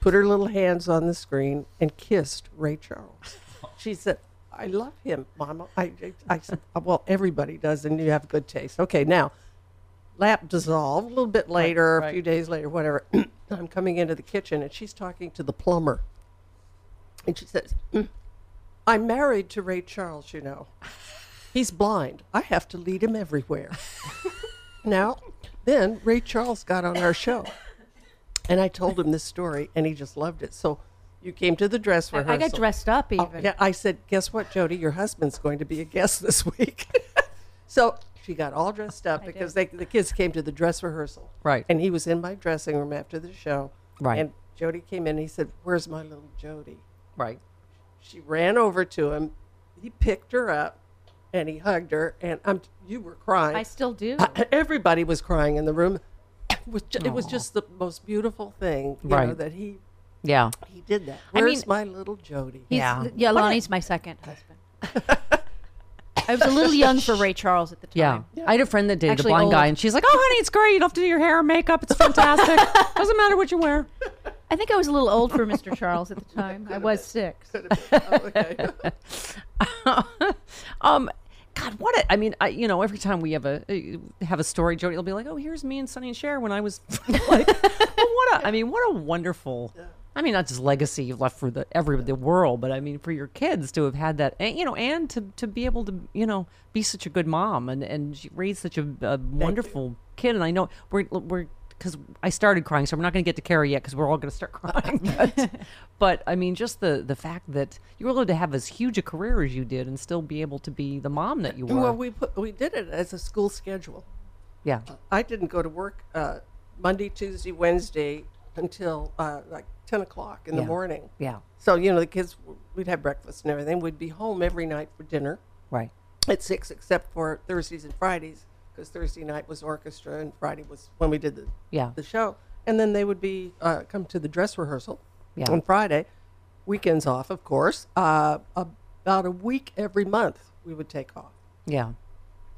[SPEAKER 5] put her little hands on the screen, and kissed Ray Charles. She said, I love him, Mama. I, I, I said, Well, everybody does, and you have good taste. Okay, now, lap dissolve a little bit later, a few days later, whatever. I'm coming into the kitchen, and she's talking to the plumber. And she says, "Mm, I'm married to Ray Charles, you know. He's blind. I have to lead him everywhere. now, then Ray Charles got on our show, and I told him this story, and he just loved it. So you came to the dress rehearsal.
[SPEAKER 6] I got dressed up even.
[SPEAKER 5] Oh, yeah, I said, guess what, Jody? Your husband's going to be a guest this week. so she got all dressed up because they, the kids came to the dress rehearsal.
[SPEAKER 3] Right.
[SPEAKER 5] And he was in my dressing room after the show.
[SPEAKER 3] Right.
[SPEAKER 5] And Jody came in and he said, Where's my little Jody?
[SPEAKER 3] Right.
[SPEAKER 5] She ran over to him. He picked her up and he hugged her. And I'm, you were crying.
[SPEAKER 6] I still do.
[SPEAKER 5] Uh, Everybody was crying in the room. It was ju- it was just the most beautiful thing you know,
[SPEAKER 3] Right.
[SPEAKER 5] that he,
[SPEAKER 3] Yeah.
[SPEAKER 5] he did that.
[SPEAKER 6] I mean-
[SPEAKER 5] Where's my little Jody?
[SPEAKER 6] He's, uh,
[SPEAKER 3] Yeah.
[SPEAKER 6] yeah. Lonnie's my second husband. I was a little young for Ray Charles at the
[SPEAKER 3] Yeah.
[SPEAKER 6] time.
[SPEAKER 3] I had a friend that dated
[SPEAKER 6] Actually
[SPEAKER 3] a blind
[SPEAKER 6] old.
[SPEAKER 3] guy, and she's like, "Oh, honey, it's great. You don't have to do your hair and makeup. It's fantastic. Doesn't matter what you wear."
[SPEAKER 6] I think I was a little old for Mr. Charles at the time. I was six.
[SPEAKER 3] um, God, what a, I mean, I you know, every time we have a uh, have a story, Jody will be like, "Oh, here's me and Sonny and Cher when I was like." well, what a, I mean, what a wonderful. I mean, not just legacy you left for the every the world, but I mean for your kids to have had that, and, you know, and to to be able to you know be such a good mom and and she raised such a, a wonderful kid. And I know we're we're because I started crying, so we're not going to get to Carrie yet because we're all going to start crying. but, but, I mean, just the the fact that you were able to have as huge a career as you did and still be able to be the mom that you were.
[SPEAKER 5] Well, we put, we did it as a school schedule.
[SPEAKER 3] yeah.
[SPEAKER 5] I didn't go to work uh, Monday, Tuesday, Wednesday until uh, like 10 o'clock in the
[SPEAKER 3] Yeah.
[SPEAKER 5] morning.
[SPEAKER 3] Yeah.
[SPEAKER 5] So, you know, the kids, w- we'd have breakfast and everything. We'd be home every night for dinner.
[SPEAKER 3] Right.
[SPEAKER 5] At 6, except for Thursdays and Fridays, because Thursday night was orchestra and Friday was when we did the,
[SPEAKER 3] Yeah.
[SPEAKER 5] the show. And then they would be uh, come to the dress rehearsal
[SPEAKER 3] Yeah.
[SPEAKER 5] on Friday. Weekends off, of course. Uh, about a week every month we would take off.
[SPEAKER 3] Yeah.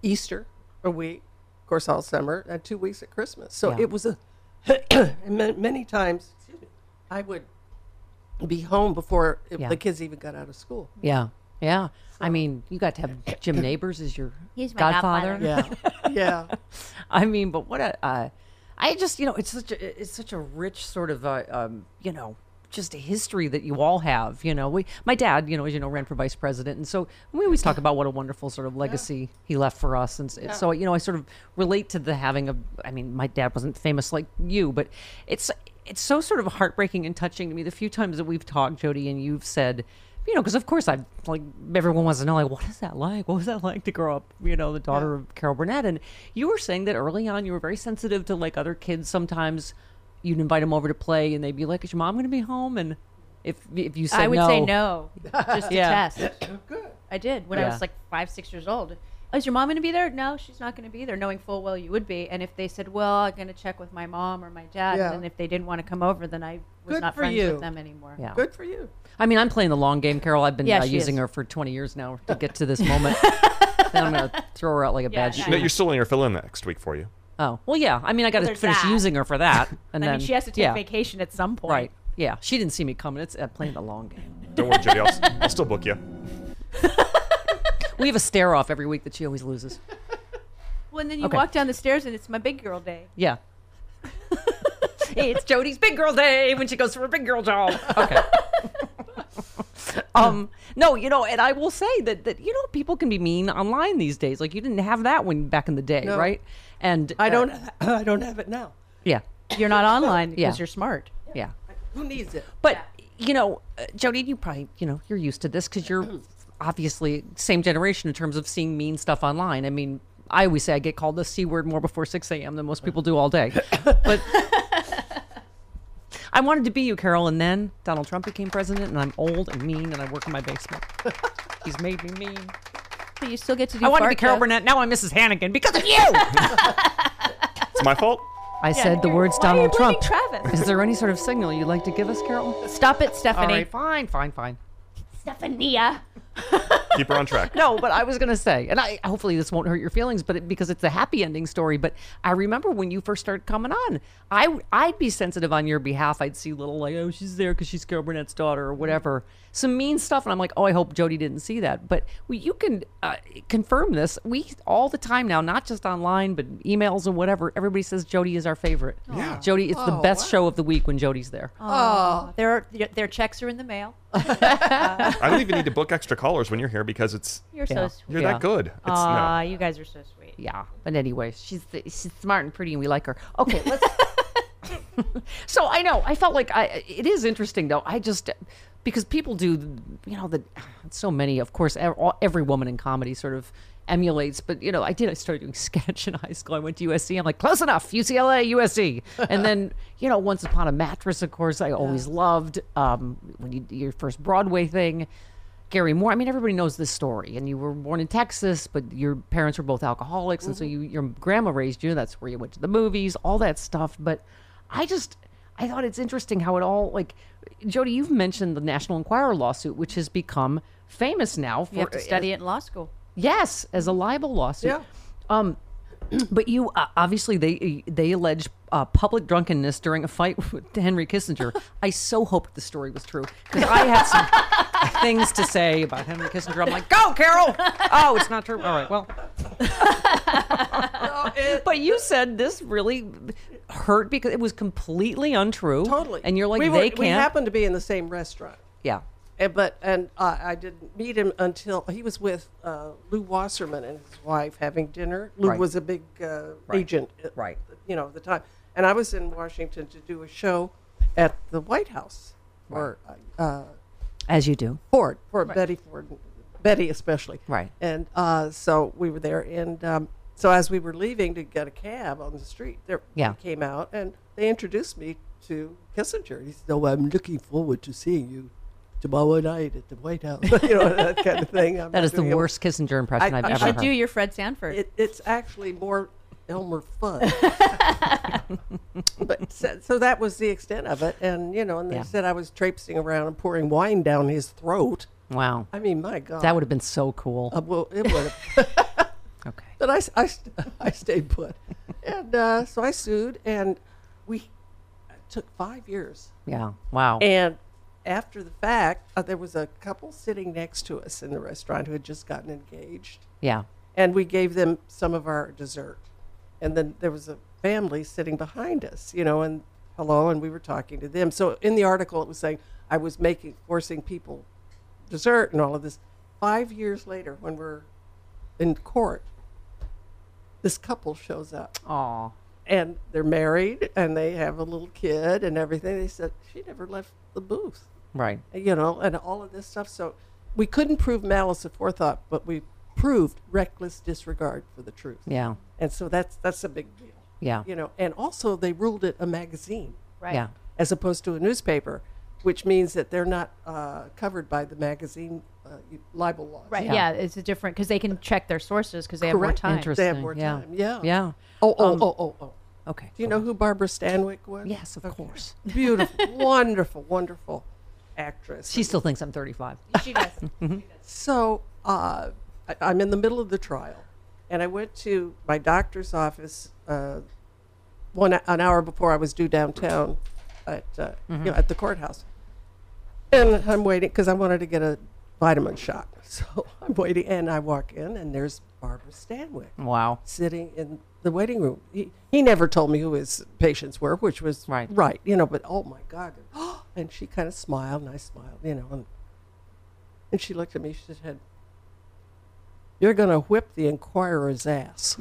[SPEAKER 5] Easter a week, of course, all summer, and two weeks at Christmas. So
[SPEAKER 3] Yeah.
[SPEAKER 5] it was a, and ma- many times excuse me, I would be home before it,
[SPEAKER 3] Yeah.
[SPEAKER 5] the kids even got out of school.
[SPEAKER 3] Yeah. Yeah. I mean, you got to have Jim Neighbors as your
[SPEAKER 5] He's my
[SPEAKER 3] godfather.
[SPEAKER 5] godfather. Yeah.
[SPEAKER 3] yeah. I mean, but what a. Uh, I just, you know, it's such a, it's such a rich sort of, uh, um, you know, just a history that you all have. You know, we, my dad, you know, as you know, ran for vice president, and so we always talk about what a wonderful sort of legacy he left for us, and s-
[SPEAKER 12] Yeah.
[SPEAKER 3] so you know, I sort of relate to the having of. I mean, my dad wasn't famous like you, but it's it's so sort of heartbreaking and touching to me. The few times that we've talked, Jody, and you've said. You know, because of course I have like everyone wants to know like what is that like? What was that like to grow up? You know, the daughter of Carol Burnett, and you were saying that early on you were very sensitive to like other kids. Sometimes you'd invite them over to play, and they'd be like, "Is your mom going to be home?" And if if you said
[SPEAKER 9] I would say
[SPEAKER 3] no.
[SPEAKER 9] no, just to
[SPEAKER 3] Yeah.
[SPEAKER 9] test. I did when I
[SPEAKER 3] Yeah.
[SPEAKER 9] was like five, six years old. Oh, is your mom going to be there? No, she's not going to be there, knowing full well you would be. And if they said, "Well, I'm going to check with my mom or my dad,"
[SPEAKER 5] Yeah.
[SPEAKER 9] and if they didn't want to come over, then I was
[SPEAKER 5] Good
[SPEAKER 9] not
[SPEAKER 5] for
[SPEAKER 9] friends
[SPEAKER 5] you.
[SPEAKER 9] with them anymore.
[SPEAKER 3] Yeah.
[SPEAKER 5] Good for you.
[SPEAKER 3] I mean, I'm playing the long game, Carol. I've been
[SPEAKER 9] Yeah,
[SPEAKER 3] uh,
[SPEAKER 9] she
[SPEAKER 3] using
[SPEAKER 9] is.
[SPEAKER 3] her for 20 years now to get to this moment. then I'm going to throw her out like a bad shoe.
[SPEAKER 7] No, you're still in your fill in next week for you.
[SPEAKER 3] oh, well, yeah. I mean, I got to
[SPEAKER 9] Well, there's
[SPEAKER 3] finish
[SPEAKER 9] that.
[SPEAKER 3] using her for that. And
[SPEAKER 9] I
[SPEAKER 3] then,
[SPEAKER 9] mean, she has to take
[SPEAKER 3] yeah,
[SPEAKER 9] vacation at some point.
[SPEAKER 3] Right. Yeah. She didn't see me coming. It's uh, playing the long game.
[SPEAKER 7] Don't worry, Jody. I'll, s- I'll still book you.
[SPEAKER 3] We have a stare off every week that she always loses.
[SPEAKER 9] Well, and then you
[SPEAKER 3] Okay.
[SPEAKER 9] walk down the stairs, and it's my big girl day.
[SPEAKER 3] Yeah. it's Jody's big girl day when she goes for her big girl job. Okay. um no you know and i will say that that you know people can be mean online these days like you didn't have that when back in the day
[SPEAKER 5] No.
[SPEAKER 3] right and
[SPEAKER 5] I
[SPEAKER 3] uh,
[SPEAKER 5] don't, I don't have it now.
[SPEAKER 3] yeah
[SPEAKER 9] You're not online
[SPEAKER 3] Yeah.
[SPEAKER 9] because you're smart.
[SPEAKER 3] yeah
[SPEAKER 5] Who needs it?
[SPEAKER 3] but you know uh, jody you probably you know you're used to this because you're obviously same generation in terms of seeing mean stuff online i mean i always say i get called the c word more before 6 a.m than most people do all day but i wanted to be you carol and then donald trump became president and i'm old and mean and i work in my basement he's made me mean
[SPEAKER 9] But you still get to do.
[SPEAKER 3] i wanted to be
[SPEAKER 9] fart
[SPEAKER 3] carol
[SPEAKER 9] jokes.
[SPEAKER 3] burnett now i'm mrs hannigan because of you
[SPEAKER 7] It's my fault.
[SPEAKER 3] i said the words
[SPEAKER 9] Why are you
[SPEAKER 3] donald trump
[SPEAKER 9] blaming Travis?
[SPEAKER 3] is there any sort of signal you'd like to give us carol
[SPEAKER 9] Stop it,
[SPEAKER 3] all
[SPEAKER 9] Stephanie.
[SPEAKER 3] right fine fine fine
[SPEAKER 9] Stephania.
[SPEAKER 7] Keep her on track.
[SPEAKER 3] no, but I was going to say, and I hopefully this won't hurt your feelings, but it, because it's a happy ending story. But I remember when you first started coming on, I I'd be sensitive on your behalf. I'd see little like, oh, she's there because she's Carol Burnett's daughter or whatever, some mean stuff, and I'm like, oh, I hope Jody didn't see that. But we, you can uh, confirm this. We all the time now, not just online, but emails and whatever. Everybody says Jody is our favorite. Yeah. Jody, it's the
[SPEAKER 9] Oh,
[SPEAKER 3] best show of the week when Jody's there.
[SPEAKER 9] Oh, their their checks are in the mail.
[SPEAKER 3] Oh,
[SPEAKER 7] I don't even need to book extra callers when you're here because it's
[SPEAKER 9] You're so sweet.
[SPEAKER 7] You're
[SPEAKER 3] Yeah.
[SPEAKER 7] that good. It's
[SPEAKER 9] Aw, you guys are so sweet.
[SPEAKER 3] Yeah. But anyway, she's the, she's smart and pretty, and we like her. Okay, let's. so I know I felt like I. It is interesting though. I just because people do, you know, the so many. Of course, ev- all- every woman in comedy sort of emulates. But you know, I did. I started doing sketch in high school. I went to USC. I'm like close enough. UCLA, USC, and then you know, once upon a mattress. Of course, I always loved um, when you your first Broadway thing. Gary Moore. I mean, everybody knows this story, and you were born in Texas, but your parents were both alcoholics, and so you, your grandma raised you. That's where you went to the movies, all that stuff. But I just, I thought it's interesting how it all like, Jody, you've mentioned the National Enquirer lawsuit, which has become famous now. For,
[SPEAKER 9] You have to study it in law school.
[SPEAKER 3] Yes, as a libel lawsuit.
[SPEAKER 9] Yeah.
[SPEAKER 3] Um, But you uh, obviously they they allege uh, public drunkenness during a fight with Henry Kissinger. I so hope the story was true because I had some things to say about Henry Kissinger. I'm like, go, Carol. Oh, it's not true. All right, well. but you said this really hurt because it was completely untrue.
[SPEAKER 5] Totally.
[SPEAKER 3] And you're like,
[SPEAKER 5] we were-
[SPEAKER 3] they can't.
[SPEAKER 5] We happened to be in the same restaurant.
[SPEAKER 3] yeah.
[SPEAKER 5] And, but and I, I didn't meet him until he was with uh, Lou Wasserman and his wife having dinner. Lou
[SPEAKER 3] Right.
[SPEAKER 5] was a big uh,
[SPEAKER 3] Right.
[SPEAKER 5] agent, uh,
[SPEAKER 3] Right.
[SPEAKER 5] You know, at the time, and I was in Washington to do a show at the White House for uh,
[SPEAKER 3] As you do.
[SPEAKER 5] Ford, for Betty Ford, Betty especially.
[SPEAKER 3] Right.
[SPEAKER 5] And uh, so we were there, and um, so as we were leaving to get a cab on the street, there
[SPEAKER 3] Yeah.
[SPEAKER 5] he came out, and they introduced me to Kissinger. He said, "Oh, I'm looking forward to seeing you tomorrow night at the White House." you know that kind of thing. I'm
[SPEAKER 3] That
[SPEAKER 5] not
[SPEAKER 3] is the
[SPEAKER 5] doing it.
[SPEAKER 3] worst Kissinger impression I've
[SPEAKER 5] I
[SPEAKER 3] ever
[SPEAKER 5] should
[SPEAKER 3] heard.
[SPEAKER 9] Do your Fred Sanford.
[SPEAKER 5] It, it's actually more Elmer Fudd. but so, so that was the extent of it, and you know, and they
[SPEAKER 3] Yeah.
[SPEAKER 5] said I was traipsing around and pouring wine down his throat.
[SPEAKER 3] Wow.
[SPEAKER 5] I mean, my God,
[SPEAKER 3] That would have been so cool.
[SPEAKER 5] uh, well, it would have.
[SPEAKER 3] Okay.
[SPEAKER 5] But I, s- I, st- I stayed put. And uh, so I sued, and we it took five years.
[SPEAKER 3] yeah. Wow.
[SPEAKER 5] And after the fact, uh, there was a couple sitting next to us in the restaurant who had just gotten engaged.
[SPEAKER 3] yeah.
[SPEAKER 5] And we gave them some of our dessert. And then there was a family sitting behind us, you know, and hello, and we were talking to them. So in the article, it was saying I was making, forcing people dessert and all of this. Five years later, when we're in court, this couple shows up
[SPEAKER 3] Aw.
[SPEAKER 5] and they're married and they have a little kid and everything. They said she never left the booth,
[SPEAKER 3] Right.
[SPEAKER 5] you know, and all of this stuff. So we couldn't prove malice aforethought, but we proved reckless disregard for the truth.
[SPEAKER 3] Yeah.
[SPEAKER 5] And so that's that's a big deal.
[SPEAKER 3] Yeah.
[SPEAKER 5] You know, and also they ruled it a magazine,
[SPEAKER 9] Right.
[SPEAKER 3] Yeah.
[SPEAKER 5] as opposed to a newspaper, which means that they're not uh, covered by the magazine uh, libel laws.
[SPEAKER 9] Right.
[SPEAKER 3] Yeah.
[SPEAKER 9] Yeah. it's a different because they can check their sources because they have more
[SPEAKER 5] Correct.
[SPEAKER 9] time.
[SPEAKER 5] They have more
[SPEAKER 3] Interesting, yeah.
[SPEAKER 5] time. Yeah.
[SPEAKER 3] Yeah.
[SPEAKER 5] Oh, oh, oh, oh, oh.
[SPEAKER 3] Okay.
[SPEAKER 5] Do you know who Barbara Stanwyck was?
[SPEAKER 3] Yes, of
[SPEAKER 5] Okay.
[SPEAKER 3] course.
[SPEAKER 5] Beautiful, wonderful, wonderful actress.
[SPEAKER 3] She still thinks I'm 35.
[SPEAKER 9] She does.
[SPEAKER 5] so uh, I, I'm in the middle of the trial, and I went to my doctor's office uh, one an hour before I was due downtown at uh, you know, at the courthouse, and I'm waiting because I wanted to get a vitamin shot. So I'm waiting, and I walk in, and there's Barbara Stanwyck
[SPEAKER 3] Wow.
[SPEAKER 5] sitting in the waiting room. He, he never told me who his patients were, which was
[SPEAKER 3] Right.
[SPEAKER 5] right you know. But oh my God! And she kind of smiled, and I smiled, you know. And, and she looked at me. She said, "You're going to whip the inquirer's ass."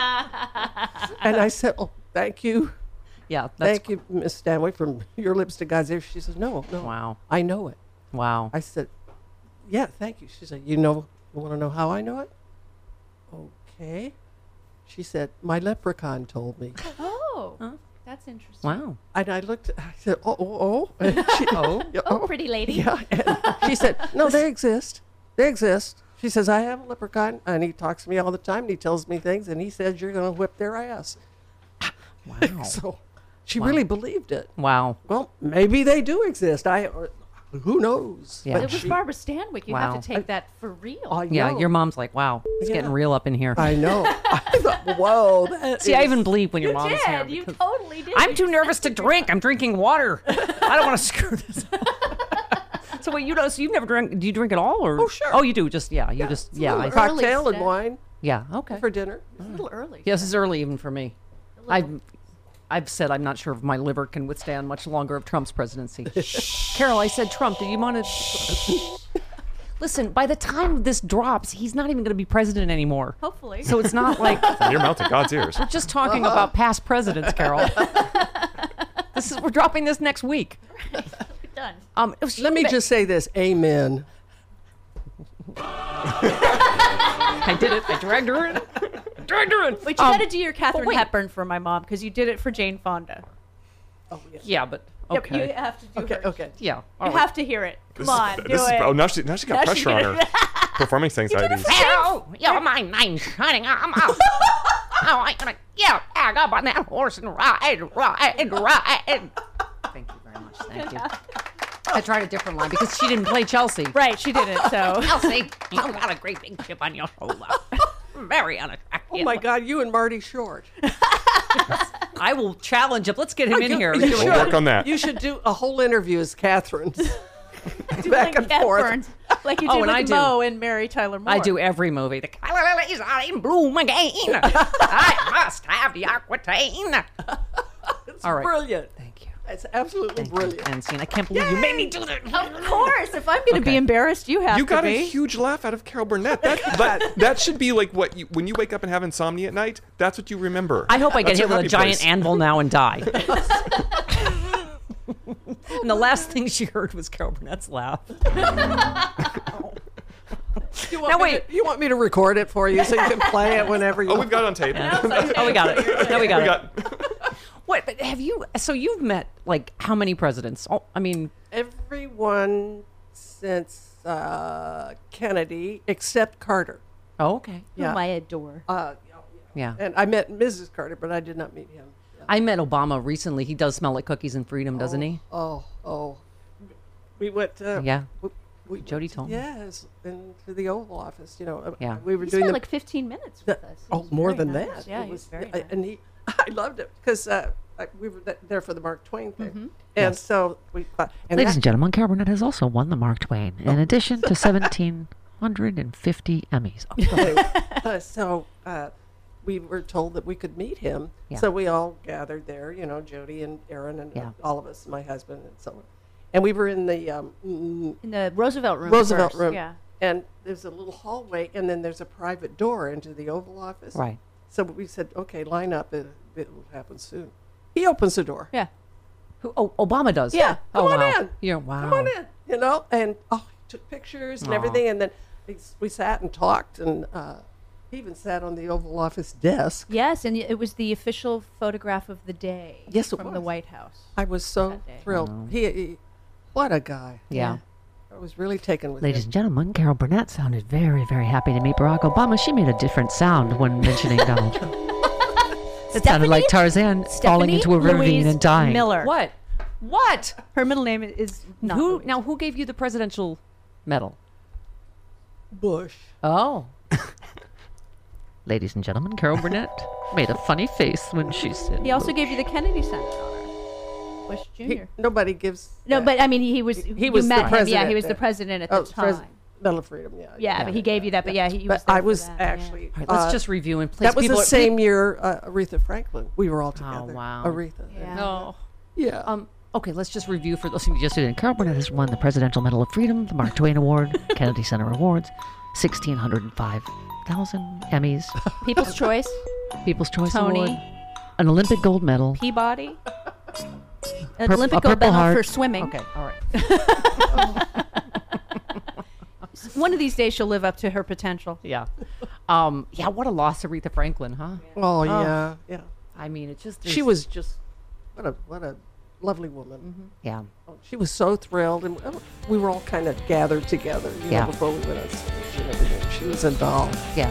[SPEAKER 5] and I said, "Oh, thank you,
[SPEAKER 3] Yeah. That's
[SPEAKER 5] thank you, Miss Stanley, from your lips to God's ears." She says, "No, no,
[SPEAKER 3] Wow.
[SPEAKER 5] I know it."
[SPEAKER 3] Wow.
[SPEAKER 5] I said, "Yeah, thank you." She said, "You know, you want to know how I know it?" Okay. She said, "My leprechaun told me."
[SPEAKER 9] Oh, that's interesting.
[SPEAKER 3] Wow.
[SPEAKER 5] And I looked. I said, "Oh, oh, oh." And she,
[SPEAKER 3] Oh.
[SPEAKER 5] yeah,
[SPEAKER 9] Oh, pretty lady.
[SPEAKER 5] Yeah. And she said, "No, they exist. They exist." She says, "I have a leprechaun, and he talks to me all the time, and he tells me things, and he says you're going to whip their ass."
[SPEAKER 3] Wow.
[SPEAKER 5] So, she really believed it.
[SPEAKER 3] Wow.
[SPEAKER 5] Well, maybe they do exist. I, or, who knows?
[SPEAKER 3] Yeah.
[SPEAKER 9] It was Barbara Stanwyck. You
[SPEAKER 3] Wow. Oh,
[SPEAKER 9] have to take that for real.
[SPEAKER 5] I
[SPEAKER 3] Yeah.
[SPEAKER 5] know.
[SPEAKER 3] Your mom's like, wow, it's getting
[SPEAKER 5] Yeah.
[SPEAKER 3] real up in here.
[SPEAKER 5] I know. I thought, whoa. that
[SPEAKER 3] See, I
[SPEAKER 5] is-
[SPEAKER 3] even bleep when your mom's here.
[SPEAKER 9] did. You
[SPEAKER 3] because
[SPEAKER 9] totally did.
[SPEAKER 3] I'm too nervous to drink. I'm drinking water. I don't want to screw this up. So wait, you know, so you've never drank? Do you drink at all, or oh
[SPEAKER 5] sure.
[SPEAKER 3] oh you do? Just yeah, you just yeah, I,
[SPEAKER 5] Ooh,
[SPEAKER 3] see.
[SPEAKER 5] cocktail and
[SPEAKER 9] stuff.
[SPEAKER 5] wine
[SPEAKER 3] yeah, okay.
[SPEAKER 5] for dinner.
[SPEAKER 3] Mm-hmm.
[SPEAKER 9] a little early.
[SPEAKER 3] Yeah, this is early even for me. I've I've said I'm not sure if my liver can withstand much longer of Trump's presidency. Carol, I said Trump. Did you want to listen? By the time this drops, he's not even going to be president anymore.
[SPEAKER 9] Hopefully.
[SPEAKER 3] So it's not like
[SPEAKER 7] From your mouth to God's ears.
[SPEAKER 3] we're just talking about past presidents, Carol. this is we're dropping this next week.
[SPEAKER 9] done.
[SPEAKER 3] Um,
[SPEAKER 5] Let me just say this. Amen.
[SPEAKER 3] I did it. I dragged her in. I dragged her in.
[SPEAKER 9] But you
[SPEAKER 3] Um,
[SPEAKER 9] got to do your Catherine
[SPEAKER 3] wait.
[SPEAKER 9] Hepburn for my mom because you did it for Jane Fonda.
[SPEAKER 3] Oh, Yeah, but
[SPEAKER 9] Yep,
[SPEAKER 3] okay.
[SPEAKER 9] you have to do
[SPEAKER 5] Okay,
[SPEAKER 9] her.
[SPEAKER 5] okay.
[SPEAKER 3] yeah. all
[SPEAKER 9] You
[SPEAKER 3] right.
[SPEAKER 9] have to hear it. Come
[SPEAKER 7] This is-
[SPEAKER 9] on,
[SPEAKER 7] this
[SPEAKER 9] do
[SPEAKER 7] is-
[SPEAKER 9] it.
[SPEAKER 7] oh, now she now she got
[SPEAKER 9] Now she
[SPEAKER 7] pressure on
[SPEAKER 9] did
[SPEAKER 7] her performance anxieties.
[SPEAKER 11] Hello, you're my name shining. I'm out. oh, I'm gonna get back up on that horse and ride, ride, ride.
[SPEAKER 3] Thank you very much. Thank you. I tried a different line because she didn't play Chelsea.
[SPEAKER 9] Right, she did it. So
[SPEAKER 11] Elsie, you got a great big chip on your shoulder.
[SPEAKER 3] very unattractive.
[SPEAKER 5] Oh my God, you and Marty Short.
[SPEAKER 3] I will challenge him. Let's get him in here.
[SPEAKER 5] You
[SPEAKER 3] Let's do
[SPEAKER 5] should.
[SPEAKER 3] it.
[SPEAKER 5] You should do a whole interview as Catherine. Back and forth.
[SPEAKER 9] Like you
[SPEAKER 3] Oh,
[SPEAKER 9] did
[SPEAKER 3] and
[SPEAKER 9] with
[SPEAKER 3] I do.
[SPEAKER 9] Mo and Mary Tyler Moore.
[SPEAKER 3] I do every movie. The
[SPEAKER 14] Lilies are in bloom again. I must have the Aquitaine.
[SPEAKER 3] All right.
[SPEAKER 5] Brilliant. Thank you. It's absolutely brilliant.
[SPEAKER 3] And scene. I can't believe you made me do that.
[SPEAKER 9] Of course, if I'm going to
[SPEAKER 7] Okay.
[SPEAKER 9] be embarrassed, you have
[SPEAKER 7] you
[SPEAKER 9] to
[SPEAKER 7] got
[SPEAKER 9] be.
[SPEAKER 7] a huge laugh out of Carol Burnett. That, that that should be like what you when you wake up and have insomnia at night. That's what you remember.
[SPEAKER 3] I hope I get
[SPEAKER 7] That's
[SPEAKER 3] hit
[SPEAKER 7] your
[SPEAKER 3] with a
[SPEAKER 7] happy
[SPEAKER 3] giant
[SPEAKER 7] place.
[SPEAKER 3] anvil now and die. and the last thing she heard was Carol Burnett's laugh.
[SPEAKER 5] You want me to- you want me to record it for you so you can play it whenever you
[SPEAKER 7] Oh, we've got it on tape.
[SPEAKER 3] oh, we got it. No, we got
[SPEAKER 7] We
[SPEAKER 3] it.
[SPEAKER 7] got-
[SPEAKER 3] What? But have you? So you've met like how many presidents? Oh, I mean,
[SPEAKER 5] Everyone since uh, Kennedy except Carter.
[SPEAKER 3] oh, okay.
[SPEAKER 9] Whom I adore.
[SPEAKER 5] Uh,
[SPEAKER 3] Yeah.
[SPEAKER 5] And I met Mrs. Carter, but I did not meet him.
[SPEAKER 3] I met Obama recently. He does smell like cookies and freedom, doesn't he?
[SPEAKER 5] Oh, oh. We went to.
[SPEAKER 3] Yeah.
[SPEAKER 5] We, we
[SPEAKER 3] Jody told me.
[SPEAKER 5] Yes, into the Oval Office. You know, uh,
[SPEAKER 3] Yeah.
[SPEAKER 5] we were
[SPEAKER 9] You
[SPEAKER 5] doing
[SPEAKER 9] spent
[SPEAKER 5] the-
[SPEAKER 9] like 15 minutes
[SPEAKER 5] the-
[SPEAKER 9] with us. It
[SPEAKER 5] oh,
[SPEAKER 9] was
[SPEAKER 5] more
[SPEAKER 9] very
[SPEAKER 5] than
[SPEAKER 9] nice.
[SPEAKER 5] that.
[SPEAKER 9] Yeah,
[SPEAKER 5] It
[SPEAKER 9] he was very
[SPEAKER 5] I-
[SPEAKER 9] nice.
[SPEAKER 5] And he, I loved it because uh, like, we were th- there for the Mark Twain thing,
[SPEAKER 9] Mm-hmm.
[SPEAKER 5] and
[SPEAKER 15] Yes.
[SPEAKER 5] so we. thought- And
[SPEAKER 15] Ladies
[SPEAKER 5] that-
[SPEAKER 15] and gentlemen, Carol Burnett has also won the Mark Twain,
[SPEAKER 3] Oh.
[SPEAKER 15] in addition to 1,750 Emmys. Oh,
[SPEAKER 5] Uh, so uh, we were told that we could meet him.
[SPEAKER 15] Yeah.
[SPEAKER 5] So we all gathered there, you know, Jody and Aaron and
[SPEAKER 15] Yeah.
[SPEAKER 5] all of us, my husband and so on. And we were in the um, mm,
[SPEAKER 9] In the Roosevelt room.
[SPEAKER 5] Roosevelt
[SPEAKER 9] first,
[SPEAKER 5] room.
[SPEAKER 9] Yeah.
[SPEAKER 5] And there's a little hallway, and then there's a private door into the Oval Office.
[SPEAKER 3] Right.
[SPEAKER 5] So we said, okay, line up. It, it will happen soon. He opens the door.
[SPEAKER 9] Yeah.
[SPEAKER 3] Who? Oh, Obama does.
[SPEAKER 5] Yeah,
[SPEAKER 3] Oh,
[SPEAKER 5] come on
[SPEAKER 3] wow.
[SPEAKER 5] in.
[SPEAKER 3] Yeah. Wow.
[SPEAKER 5] Come on in, you know. And oh, he took pictures and
[SPEAKER 3] Aw.
[SPEAKER 5] everything. And then we s- we sat and talked, and uh, he even sat on the Oval Office desk.
[SPEAKER 9] Yes, and it was the official photograph of the day.
[SPEAKER 5] Yes, it
[SPEAKER 9] from
[SPEAKER 5] was.
[SPEAKER 9] the White House.
[SPEAKER 5] I was so
[SPEAKER 9] day.
[SPEAKER 5] thrilled.
[SPEAKER 15] Wow.
[SPEAKER 5] He, he- what a guy.
[SPEAKER 15] Yeah.
[SPEAKER 5] I was really taken with
[SPEAKER 15] Ladies
[SPEAKER 5] him.
[SPEAKER 15] and gentlemen, Carol Burnett sounded very, very happy to meet Barack Obama. She made a different sound when mentioning Donald Trump. It sounded like Tarzan falling
[SPEAKER 9] Stephanie
[SPEAKER 15] into a ravine
[SPEAKER 9] Louise
[SPEAKER 15] and dying.
[SPEAKER 9] Miller.
[SPEAKER 3] What? What?
[SPEAKER 9] Her middle name is not
[SPEAKER 3] who? Now, who gave you the presidential medal?
[SPEAKER 5] Bush.
[SPEAKER 3] Oh.
[SPEAKER 15] Ladies and gentlemen, Carol Burnett made a funny face when she said.
[SPEAKER 9] He also gave you the Kennedy Center honor, Bush Jr.
[SPEAKER 5] He- nobody gives.
[SPEAKER 9] no,
[SPEAKER 5] that.
[SPEAKER 9] but I mean, he was.
[SPEAKER 5] He- he
[SPEAKER 9] you
[SPEAKER 5] was the
[SPEAKER 9] met him. Yeah,
[SPEAKER 5] president
[SPEAKER 9] he was the
[SPEAKER 5] then.
[SPEAKER 9] president at
[SPEAKER 5] Oh,
[SPEAKER 9] the
[SPEAKER 5] the
[SPEAKER 9] time.
[SPEAKER 5] pres- Medal of Freedom. Yeah.
[SPEAKER 9] yeah, but he gave you that. But yeah, he, was.
[SPEAKER 5] I
[SPEAKER 9] there for
[SPEAKER 5] was
[SPEAKER 9] that, yeah.
[SPEAKER 5] actually.
[SPEAKER 3] All right, let's
[SPEAKER 5] uh,
[SPEAKER 3] just review and place.
[SPEAKER 5] That was
[SPEAKER 3] people
[SPEAKER 5] the
[SPEAKER 3] are-
[SPEAKER 5] same year uh, Aretha Franklin. We were all together.
[SPEAKER 3] wow.
[SPEAKER 5] Aretha.
[SPEAKER 9] Yeah.
[SPEAKER 3] No.
[SPEAKER 5] Yeah.
[SPEAKER 3] Um. Okay. Let's just review for those.
[SPEAKER 15] Listen, you just did. Carol Burnett has won the Presidential Medal of Freedom, the Mark Twain Award, Kennedy Center Awards, 1,605,000 Emmys,
[SPEAKER 9] People's Choice,
[SPEAKER 15] People's Choice
[SPEAKER 9] Tony.
[SPEAKER 15] Award, an Olympic gold medal.
[SPEAKER 9] Peabody, an
[SPEAKER 15] Purp- a
[SPEAKER 9] Olympic gold
[SPEAKER 15] Purple
[SPEAKER 9] medal for
[SPEAKER 15] Heart.
[SPEAKER 9] swimming.
[SPEAKER 3] Okay. All right.
[SPEAKER 9] One of these days, she'll live up to her potential.
[SPEAKER 3] Yeah. Um. Yeah. What a loss, Aretha Franklin, huh?
[SPEAKER 5] Oh yeah, yeah.
[SPEAKER 3] I mean, it just.
[SPEAKER 5] She
[SPEAKER 3] is-
[SPEAKER 5] was just what a what a lovely woman.
[SPEAKER 9] Mm-hmm.
[SPEAKER 15] Yeah.
[SPEAKER 5] Oh, She was so thrilled, and oh, we were all kind of gathered together, you
[SPEAKER 15] Yeah.
[SPEAKER 5] know, before we went on stage and everything. She was a doll.
[SPEAKER 15] Yeah.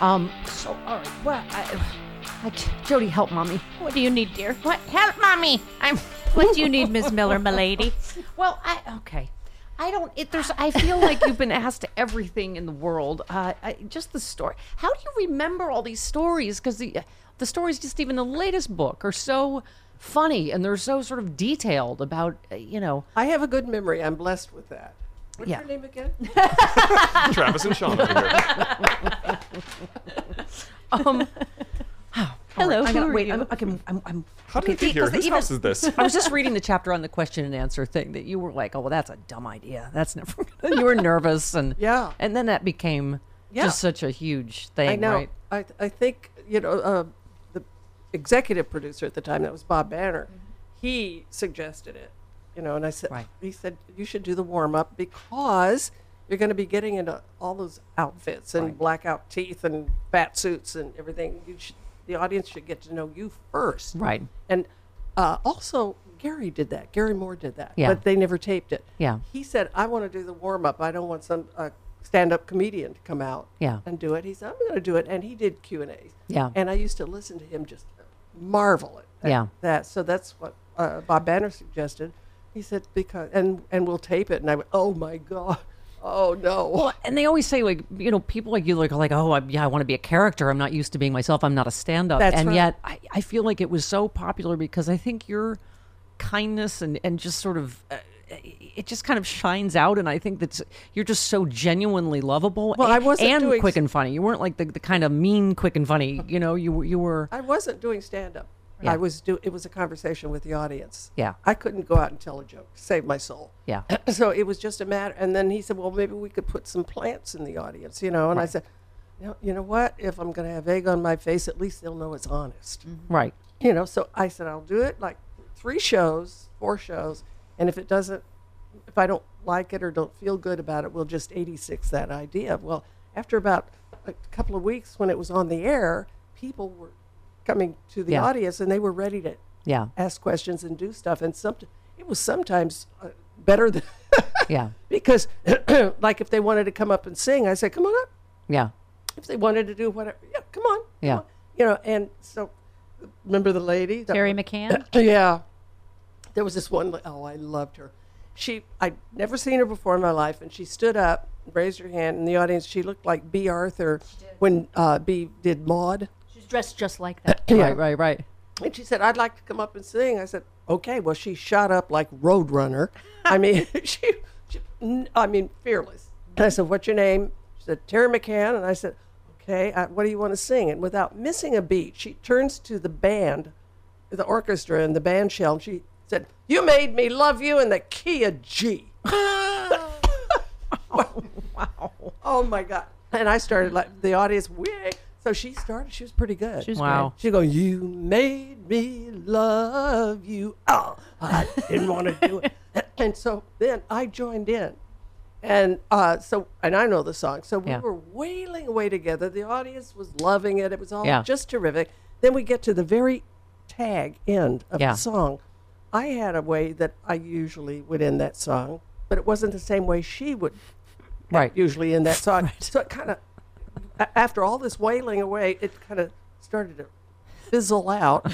[SPEAKER 3] Um, so, all right, well, I, I, Jody, help mommy.
[SPEAKER 9] What do you need, dear?
[SPEAKER 14] What? Help, mommy! I'm.
[SPEAKER 9] What do you need, Miss Miller, my lady?
[SPEAKER 3] Well, I okay. I don't. It, there's. I feel like you've been asked everything in the world. Uh, I, just the story. How do you remember all these stories? Because the the stories, just even the latest book, are so funny and they're so sort of detailed about, uh, you know.
[SPEAKER 5] I have a good memory. I'm blessed with that. What's
[SPEAKER 3] Yeah.
[SPEAKER 5] your name again?
[SPEAKER 7] Travis and Sean over here.
[SPEAKER 3] um,
[SPEAKER 16] Hello,
[SPEAKER 3] I'm
[SPEAKER 16] who
[SPEAKER 3] gonna,
[SPEAKER 16] are
[SPEAKER 3] wait,
[SPEAKER 16] you?
[SPEAKER 3] I'm, I'm, I'm, I'm
[SPEAKER 7] How did it get here?
[SPEAKER 3] because
[SPEAKER 7] Whose
[SPEAKER 3] even-
[SPEAKER 7] house is this?
[SPEAKER 3] I was just reading the chapter on the question and answer thing that you were like, oh, well, that's a dumb idea. That's never. you were nervous and
[SPEAKER 5] yeah,
[SPEAKER 3] and then that became
[SPEAKER 5] Yeah.
[SPEAKER 3] just such a huge thing,
[SPEAKER 5] I know.
[SPEAKER 3] right?
[SPEAKER 5] I, I think you know uh, the executive producer at the time that was Bob Banner.
[SPEAKER 3] Mm-hmm.
[SPEAKER 5] He suggested it, you know, and I said he said you should do the warm up because you're going to be getting into all those outfits and blackout teeth and bat suits and everything. You should, the audience should get to know you first,
[SPEAKER 3] Right.
[SPEAKER 5] And uh, also Gary did that. Gary Moore did that,
[SPEAKER 3] Yeah.
[SPEAKER 5] but they never taped it.
[SPEAKER 3] Yeah.
[SPEAKER 5] He said, I want to do the warm up. I don't want some uh, stand up comedian to come out
[SPEAKER 3] Yeah.
[SPEAKER 5] and do it. He said, I'm going to do it. And he did Q and A's.
[SPEAKER 3] Yeah.
[SPEAKER 5] And I used to listen to him just marvel at that.
[SPEAKER 3] Yeah.
[SPEAKER 5] that. So that's what uh, Bob Banner suggested. He said, because, and, and we'll tape it. And I went, oh my God. Oh no.
[SPEAKER 3] Well, and they always say like you know people like you like are like oh I, yeah I want to be a character I'm not used to being myself I'm not a stand up
[SPEAKER 5] That's
[SPEAKER 3] and
[SPEAKER 5] right.
[SPEAKER 3] yet I, I feel like it was so popular because I think your kindness and and just sort of uh, it just kind of shines out and I think that's you're just so genuinely lovable
[SPEAKER 5] Well,
[SPEAKER 3] a-
[SPEAKER 5] I wasn't
[SPEAKER 3] and
[SPEAKER 5] doing
[SPEAKER 3] quick
[SPEAKER 5] s-
[SPEAKER 3] and funny you weren't like the, the kind of mean quick and funny you know you were- you were
[SPEAKER 5] I wasn't doing stand up.
[SPEAKER 3] Yeah.
[SPEAKER 5] I was do. It was a conversation with the audience.
[SPEAKER 3] Yeah.
[SPEAKER 5] I couldn't go out and tell a joke. Save my soul.
[SPEAKER 3] Yeah.
[SPEAKER 5] so it was just a matter. And then he said, "Well, maybe we could put some plants in the audience, you know." And I
[SPEAKER 3] Right.
[SPEAKER 5] said, no, "You know what? If I'm going to have egg on my face, at least they'll know it's honest."
[SPEAKER 3] right
[SPEAKER 5] You know. So I said, "I'll do it like three shows, four shows, and if it doesn't, if I don't like it or don't feel good about it, we'll just 86 that idea." Well, after about a couple of weeks when it was on the air, people were coming to the
[SPEAKER 3] Yeah.
[SPEAKER 5] audience and they were ready to
[SPEAKER 3] Yeah.
[SPEAKER 5] ask questions and do stuff and some it was sometimes uh, better than
[SPEAKER 3] yeah
[SPEAKER 5] because like if they wanted to come up and sing i said come on up
[SPEAKER 3] yeah
[SPEAKER 5] if they wanted to do whatever yeah come on
[SPEAKER 3] yeah
[SPEAKER 5] you know and so remember the lady that-
[SPEAKER 9] Terry McCann?
[SPEAKER 5] yeah there was this one oh i loved her she i'd never seen her before in my life and she stood up raised her hand in the audience she looked like b arthur when uh, b did maud
[SPEAKER 9] She's dressed just like that.
[SPEAKER 3] right right right
[SPEAKER 5] and she said, I'd like to come up and sing. I said, okay. Well, she shot up like Roadrunner. I mean, she, she, n- I mean, fearless. And I said, what's your name? She said, Terry McCann. And I said, okay, uh, what do you want to sing? And without missing a beat, she turns to the band, the orchestra and the band shell, and she said, you made me love you in the key of G. Oh my God. And I started like the audience, way. So she started, she was pretty good.
[SPEAKER 3] She was Wow.
[SPEAKER 5] She go, You made me love you. Oh, I didn't want to do it. And so then I joined in. And uh, so, and I know the song. So we
[SPEAKER 3] Yeah.
[SPEAKER 5] were wailing away together. The audience was loving it. It was all
[SPEAKER 3] Yeah.
[SPEAKER 5] just terrific. Then we get to the very tag end of
[SPEAKER 3] Yeah.
[SPEAKER 5] the song. I had a way that I usually would end that song, but it wasn't the same way she would
[SPEAKER 3] right
[SPEAKER 5] usually in that song. So it kind of, after all this wailing away, it kind of started to fizzle out,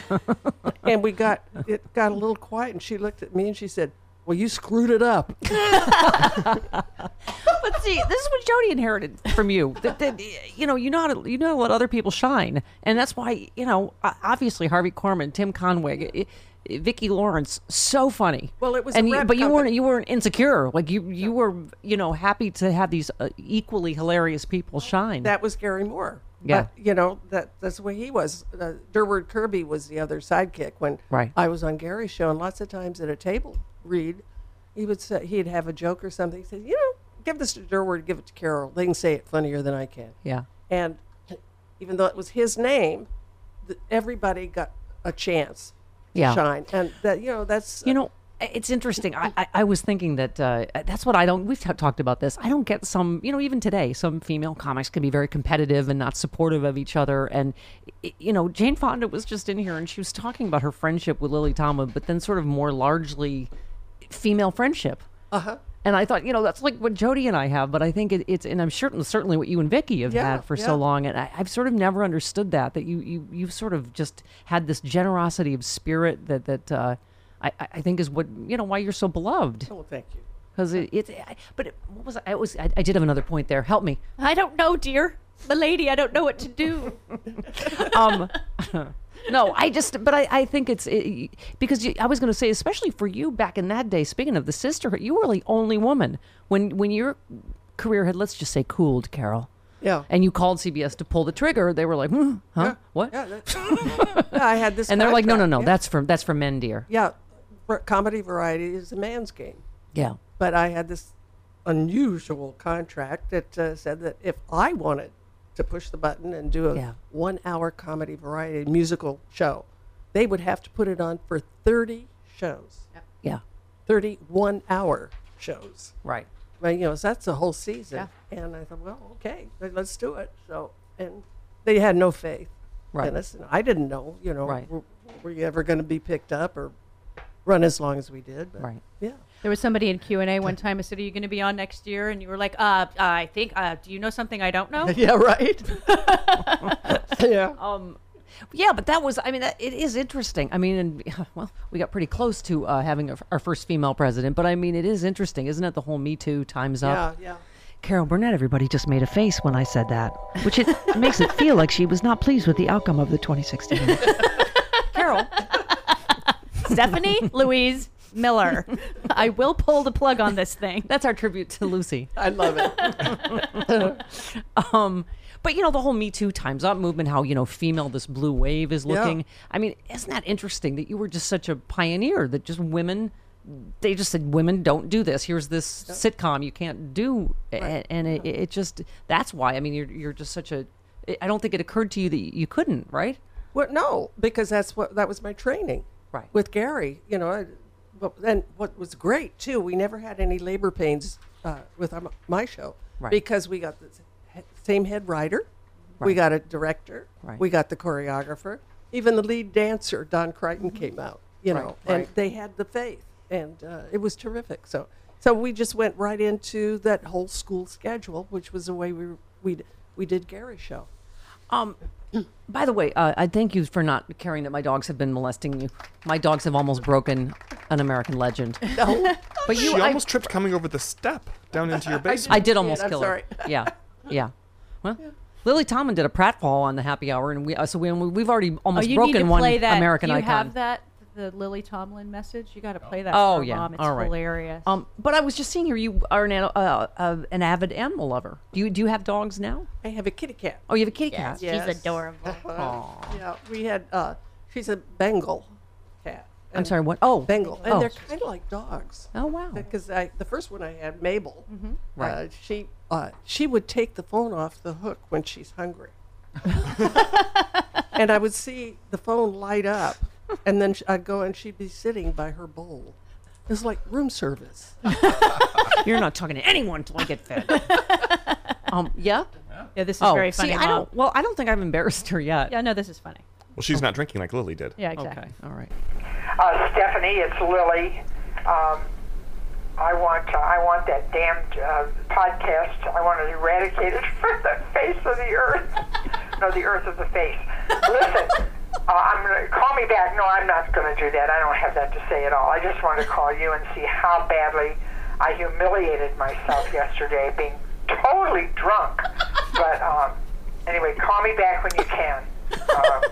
[SPEAKER 5] and we got it got a little quiet. And she looked at me and she said, "Well, you screwed it up."
[SPEAKER 3] But see, this is what Jody inherited from you. That, that, you know, you know how to you know how to let other people shine, and that's why you know o- obviously Harvey Korman, Tim Conway, i i- Vicki Lawrence, so funny.
[SPEAKER 5] Well, it was a
[SPEAKER 3] and you-
[SPEAKER 5] rep
[SPEAKER 3] but you weren't
[SPEAKER 5] company.
[SPEAKER 3] you weren't insecure. Like you you were you know happy to have these uh, equally hilarious people shine.
[SPEAKER 5] That was Gary Moore.
[SPEAKER 3] Yeah.
[SPEAKER 5] But, you know that that's the way he was. Uh, Durward Kirby was the other sidekick when
[SPEAKER 3] Right.
[SPEAKER 5] I was on Gary's show, and lots of times at a table read, he would say he'd have a joke or something. He said, "You know, give this to Durward, give it to Carol. They can say it funnier than I can."
[SPEAKER 3] yeah,
[SPEAKER 5] And even though it was his name, th- everybody got a chance to
[SPEAKER 3] Yeah.
[SPEAKER 5] shine. And that you know that's
[SPEAKER 3] you know. It's interesting. I, I, I was thinking that uh, that's what I don't. We've t- talked about this. I don't get some, you know, even today, some female comics can be very competitive and not supportive of each other. And, y- you know, Jane Fonda was just in here and she was talking about her friendship with Lily Tomlin, but then sort of more largely female friendship.
[SPEAKER 5] uh huh.
[SPEAKER 3] And I thought, you know, that's like what Jody and I have, but I think it, it's, and I'm certain, certainly what you and Vicky have
[SPEAKER 5] Yeah,
[SPEAKER 3] had for
[SPEAKER 5] yeah.
[SPEAKER 3] so long. And I, I've sort of never understood that, that you, you, you've sort of just had this generosity of spirit that, that, uh, I, I I think is what, you know, why you're so beloved.
[SPEAKER 5] Oh, thank you.
[SPEAKER 3] Cause it, it's, I, but it, what was I, I was, I, I did have another point there. Help me.
[SPEAKER 9] I don't know, dear. Milady, I don't know what to do.
[SPEAKER 3] um no i just but i, I think it's it, because you, i was going to say especially for you back in that day speaking of the sisterhood you were the only woman when when your career had let's just say cooled carol
[SPEAKER 5] Yeah.
[SPEAKER 3] and you called cbs to pull the trigger they were like hmm, huh what
[SPEAKER 5] Yeah, that- Yeah, I had this.
[SPEAKER 3] and they're like no no no
[SPEAKER 5] contract,
[SPEAKER 3] that's for that's for men dear
[SPEAKER 5] yeah. Yeah, comedy variety is a man's game.
[SPEAKER 3] yeah
[SPEAKER 5] But I had this unusual contract that uh, said that if I wanted to push the button and do a
[SPEAKER 3] Yeah.
[SPEAKER 5] one hour comedy variety musical show, they would have to put it on for 30 shows.
[SPEAKER 3] Yeah.
[SPEAKER 5] 31 hour shows.
[SPEAKER 3] Right.
[SPEAKER 5] Well, you know, so that's the whole season. And I thought, well, okay, let- let's do it. So, and they had no faith
[SPEAKER 3] Right.
[SPEAKER 5] in us. And I didn't know, you know,
[SPEAKER 3] Right.
[SPEAKER 5] were, were you ever going to be picked up or run as long as we did? But
[SPEAKER 3] Right.
[SPEAKER 5] Yeah.
[SPEAKER 9] There was somebody in Q and A one time. I said, "Are you going to be on next year?" And you were like, "Uh, I think. Uh, do you know something I don't know?"
[SPEAKER 5] yeah, right. yeah.
[SPEAKER 3] Um, yeah, but that was, I mean, that, it is interesting. I mean, and well, we got pretty close to uh, having our, our first female president, but I mean, it is interesting, isn't it? The whole Me Too time's up.
[SPEAKER 5] Yeah, yeah.
[SPEAKER 17] Carol Burnett, everybody just made a face when I said that, which it makes it feel like she was not pleased with the outcome of the 2016 election.
[SPEAKER 9] Carol, Stephanie Louise Miller. I will pull the plug on this thing.
[SPEAKER 3] That's our tribute to Lucy.
[SPEAKER 5] I love it.
[SPEAKER 3] um, but you know, the whole Me Too time's up movement, how, you know, female, this blue wave is
[SPEAKER 17] Yeah.
[SPEAKER 3] looking. I mean, isn't that interesting that you were just such a pioneer that just women, they just said, women don't do this. Here's this sitcom you can't do. A- And it, it just, that's why, I mean, you're, you're just such a, I don't think it occurred to you that you couldn't, right?
[SPEAKER 5] Well, no, because that's what that was my training.
[SPEAKER 3] Right.
[SPEAKER 5] With Gary, you know, I, but then what was great too, we never had any labor pains uh, with our, my show
[SPEAKER 18] Right.
[SPEAKER 5] because we got the s- he- same head writer, we
[SPEAKER 18] Right.
[SPEAKER 5] got a director,
[SPEAKER 18] Right.
[SPEAKER 5] we got the choreographer, even the lead dancer Don Crichton came out, you
[SPEAKER 18] Right,
[SPEAKER 5] know, and
[SPEAKER 18] right.
[SPEAKER 5] they had the faith, and uh, it was terrific. So, so we just went right into that whole school schedule, which was the way we we we did Gary's show.
[SPEAKER 3] Um, by the way, uh, I thank you for not caring that my dogs have been molesting you. My dogs have almost broken an American legend. but you,
[SPEAKER 19] she
[SPEAKER 3] I-
[SPEAKER 19] almost tripped coming over the step down into your
[SPEAKER 3] I,
[SPEAKER 19] basement.
[SPEAKER 3] did almost kill her. Yeah, yeah. Well, Lily Tomlin did a pratfall on the Happy Hour, and we uh, so we we've already almost
[SPEAKER 9] oh, you
[SPEAKER 3] broken
[SPEAKER 9] need to
[SPEAKER 3] one
[SPEAKER 9] play that.
[SPEAKER 3] American
[SPEAKER 9] you
[SPEAKER 3] icon.
[SPEAKER 9] have that the Lily Tomlin message. You got to play that.
[SPEAKER 3] oh
[SPEAKER 9] for
[SPEAKER 3] yeah,
[SPEAKER 9] mom. it's
[SPEAKER 3] all right.
[SPEAKER 9] hilarious.
[SPEAKER 3] Um, but I was just seeing here. You are an an- uh, uh, an avid animal lover. Do you do you have dogs now?
[SPEAKER 5] I have a kitty cat.
[SPEAKER 3] Oh, you have a kitty cat. Aw.
[SPEAKER 5] yeah, we had. Uh, she's a Bengal cat.
[SPEAKER 3] I'm sorry. What? Oh,
[SPEAKER 5] Bengal, and
[SPEAKER 3] Oh.
[SPEAKER 5] they're kind of like dogs.
[SPEAKER 3] Oh wow! Mm-hmm.
[SPEAKER 5] Because I, the first one I had, Mabel,
[SPEAKER 3] Right.
[SPEAKER 5] uh, she uh, she would take the phone off the hook when she's hungry, and I would see the phone light up, and then sh- I'd go and she'd be sitting by her bowl. It was like room service.
[SPEAKER 3] You're not talking to anyone until I get fed. um, yeah.
[SPEAKER 9] Yeah, this is
[SPEAKER 3] oh,
[SPEAKER 9] very
[SPEAKER 3] see,
[SPEAKER 9] funny.
[SPEAKER 3] I
[SPEAKER 9] Mom.
[SPEAKER 3] don't. Well, I don't think I've embarrassed her yet.
[SPEAKER 9] Yeah, no, this is funny.
[SPEAKER 19] Well, she's not drinking like Lily did.
[SPEAKER 9] Yeah, exactly.
[SPEAKER 3] All right.
[SPEAKER 7] Uh, Stephanie, it's Lily. Um, I want to, I want that damned uh, podcast. I want to eradicate it from the face of the earth. no, the earth of the face. Listen, uh, I'm gonna call me back. No, I'm not gonna do that. I don't have that to say at all. I just want to call you and see how badly I humiliated myself yesterday, being totally drunk. But um, anyway, call me back when you can. Um,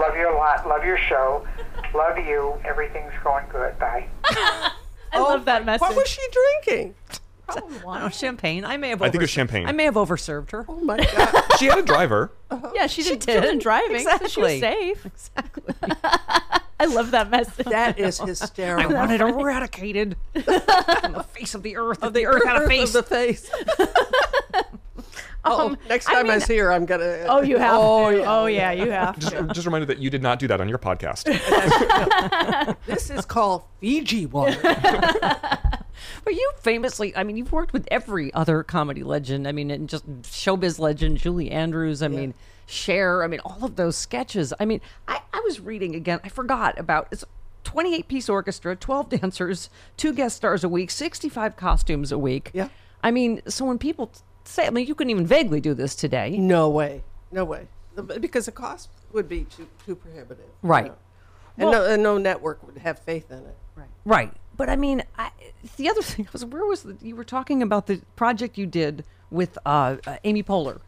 [SPEAKER 7] love you a lot. Love your show. Love you. Everything's going good. Bye.
[SPEAKER 9] I love that message.
[SPEAKER 5] What was she drinking?
[SPEAKER 3] I don't know, champagne. I may have.
[SPEAKER 19] I think it was
[SPEAKER 3] overser-
[SPEAKER 19] champagne.
[SPEAKER 3] I may have overserved her.
[SPEAKER 5] Oh my god!
[SPEAKER 19] she had a driver.
[SPEAKER 9] Yeah, she didn't, she wasn't driving, so she was
[SPEAKER 3] Exactly.
[SPEAKER 9] safe. Exactly. I love that message.
[SPEAKER 5] That is hysterical.
[SPEAKER 3] I want it eradicated from the face of the earth. Of the earth had a
[SPEAKER 5] Earth
[SPEAKER 3] face.
[SPEAKER 5] of the face. oh, next time I, see her, I'm gonna.
[SPEAKER 9] Oh, you have
[SPEAKER 5] Oh,
[SPEAKER 9] to.
[SPEAKER 5] yeah.
[SPEAKER 9] Oh, yeah, you have
[SPEAKER 19] Just, just a reminder that you did not do that on your podcast.
[SPEAKER 5] This is called Fiji water.
[SPEAKER 3] But you famously, I mean, you've worked with every other comedy legend. I mean, and just showbiz legend, Julie Andrews. I mean, Cher. I mean, all of those sketches. I mean, I, I was reading again. I forgot about it's 28 piece orchestra, 12 dancers, two guest stars a week, 65 costumes a week. Yeah. I mean, so when people t- say, I mean, you couldn't even vaguely do this today.
[SPEAKER 5] No way. No way. Because the cost would be too too prohibitive. you
[SPEAKER 3] Right.
[SPEAKER 5] know. And, no, and no network would have faith in it. Right.
[SPEAKER 3] Right. But I mean, I, the other thing was, where was the, you were talking about the project you did with uh, uh, Amy Poehler,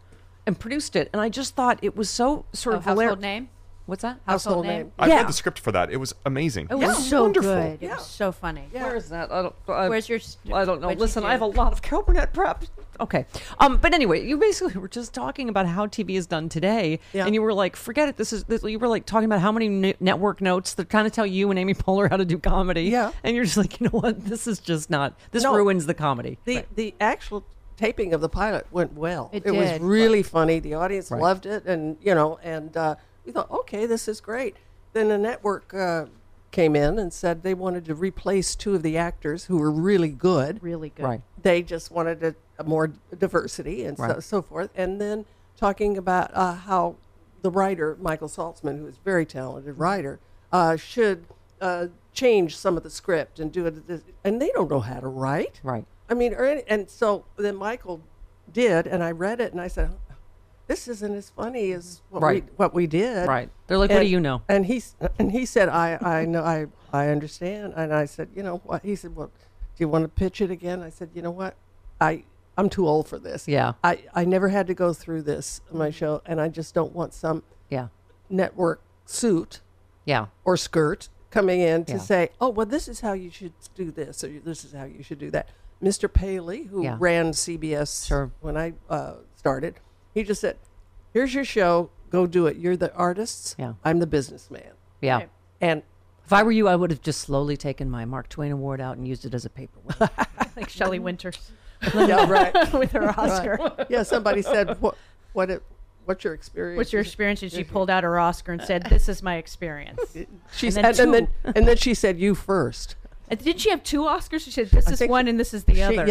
[SPEAKER 3] and produced it, and I just thought it was so sort
[SPEAKER 9] Oh,
[SPEAKER 3] of hilar-
[SPEAKER 9] household name?
[SPEAKER 3] What's that?
[SPEAKER 9] Household Household name. name.
[SPEAKER 7] I
[SPEAKER 3] yeah.
[SPEAKER 7] read the script for that. It was amazing.
[SPEAKER 9] It was so good. It was so funny.
[SPEAKER 3] Where is that? I don't. I,
[SPEAKER 9] Where's your?
[SPEAKER 3] I don't know.
[SPEAKER 9] what'd you
[SPEAKER 3] Listen, I have
[SPEAKER 9] do?
[SPEAKER 3] a lot of Carol Burnett prep. Okay. Um, but anyway, you basically were just talking about how TV is done today,
[SPEAKER 12] Yeah.
[SPEAKER 3] and you were like, "Forget it." This is. This, you were like talking about how many ne- network notes they're trying to tell you and Amy Poehler how to do comedy. Yeah. And you're just like, you know what? This is just not. This
[SPEAKER 5] No.
[SPEAKER 3] ruins the comedy.
[SPEAKER 5] The the actual taping of the pilot went well.
[SPEAKER 3] It
[SPEAKER 5] was
[SPEAKER 3] did.
[SPEAKER 5] really funny. The audience
[SPEAKER 3] Right.
[SPEAKER 5] loved it, and you know, and uh, we thought, okay, this is great. Then the network uh, came in and said they wanted to replace two of the actors who were really good.
[SPEAKER 9] Really
[SPEAKER 3] good. Right.
[SPEAKER 5] They just wanted a, a more diversity and so,
[SPEAKER 3] Right.
[SPEAKER 5] so forth. And then talking about uh, how the writer Michael Saltzman, who is a very talented writer, uh, should uh, change some of the script and do it. this- And they don't know how to write.
[SPEAKER 3] Right.
[SPEAKER 5] I mean, or any, and so then Michael did, and I read it, and I said, "This isn't as funny as what
[SPEAKER 3] Right.
[SPEAKER 5] we what we did."
[SPEAKER 3] Right. They're like, "What do
[SPEAKER 5] And-
[SPEAKER 3] you know?"
[SPEAKER 5] And he s- uh, and he said, "I I know I I understand." And I said, "You know what?" He said, "Well, do you want to pitch it again?" I said, "You know what? I I'm too old for this.
[SPEAKER 3] Yeah.
[SPEAKER 5] I I never had to go through this on my show, and I just don't want some
[SPEAKER 3] Yeah.
[SPEAKER 5] network suit
[SPEAKER 3] Yeah.
[SPEAKER 5] or skirt coming in to
[SPEAKER 3] Yeah.
[SPEAKER 5] say, oh, well, this is how you should do this, or this is how you should do that. Mr. Paley, who
[SPEAKER 3] Yeah.
[SPEAKER 5] ran CBS when I uh, started, he just said, here's your show, go do it. You're the artists,
[SPEAKER 20] Yeah.
[SPEAKER 5] I'm the businessman.
[SPEAKER 20] Yeah.
[SPEAKER 5] And
[SPEAKER 20] if I were you, I would have just slowly taken my Mark Twain award out and used it as a paperweight.
[SPEAKER 9] like Shelley Winters.
[SPEAKER 5] yeah, right.
[SPEAKER 9] With her
[SPEAKER 5] Right.
[SPEAKER 9] Oscar.
[SPEAKER 5] Yeah, somebody said, what, what it, what's your experience?
[SPEAKER 9] What's your experience? And she pulled out her Oscar and said, "This is my experience."
[SPEAKER 5] She
[SPEAKER 9] And
[SPEAKER 5] said, and, then,
[SPEAKER 9] two-
[SPEAKER 5] and then she said, you first.
[SPEAKER 9] Uh, Did she have two Oscars? She said, "This is one and this is the other."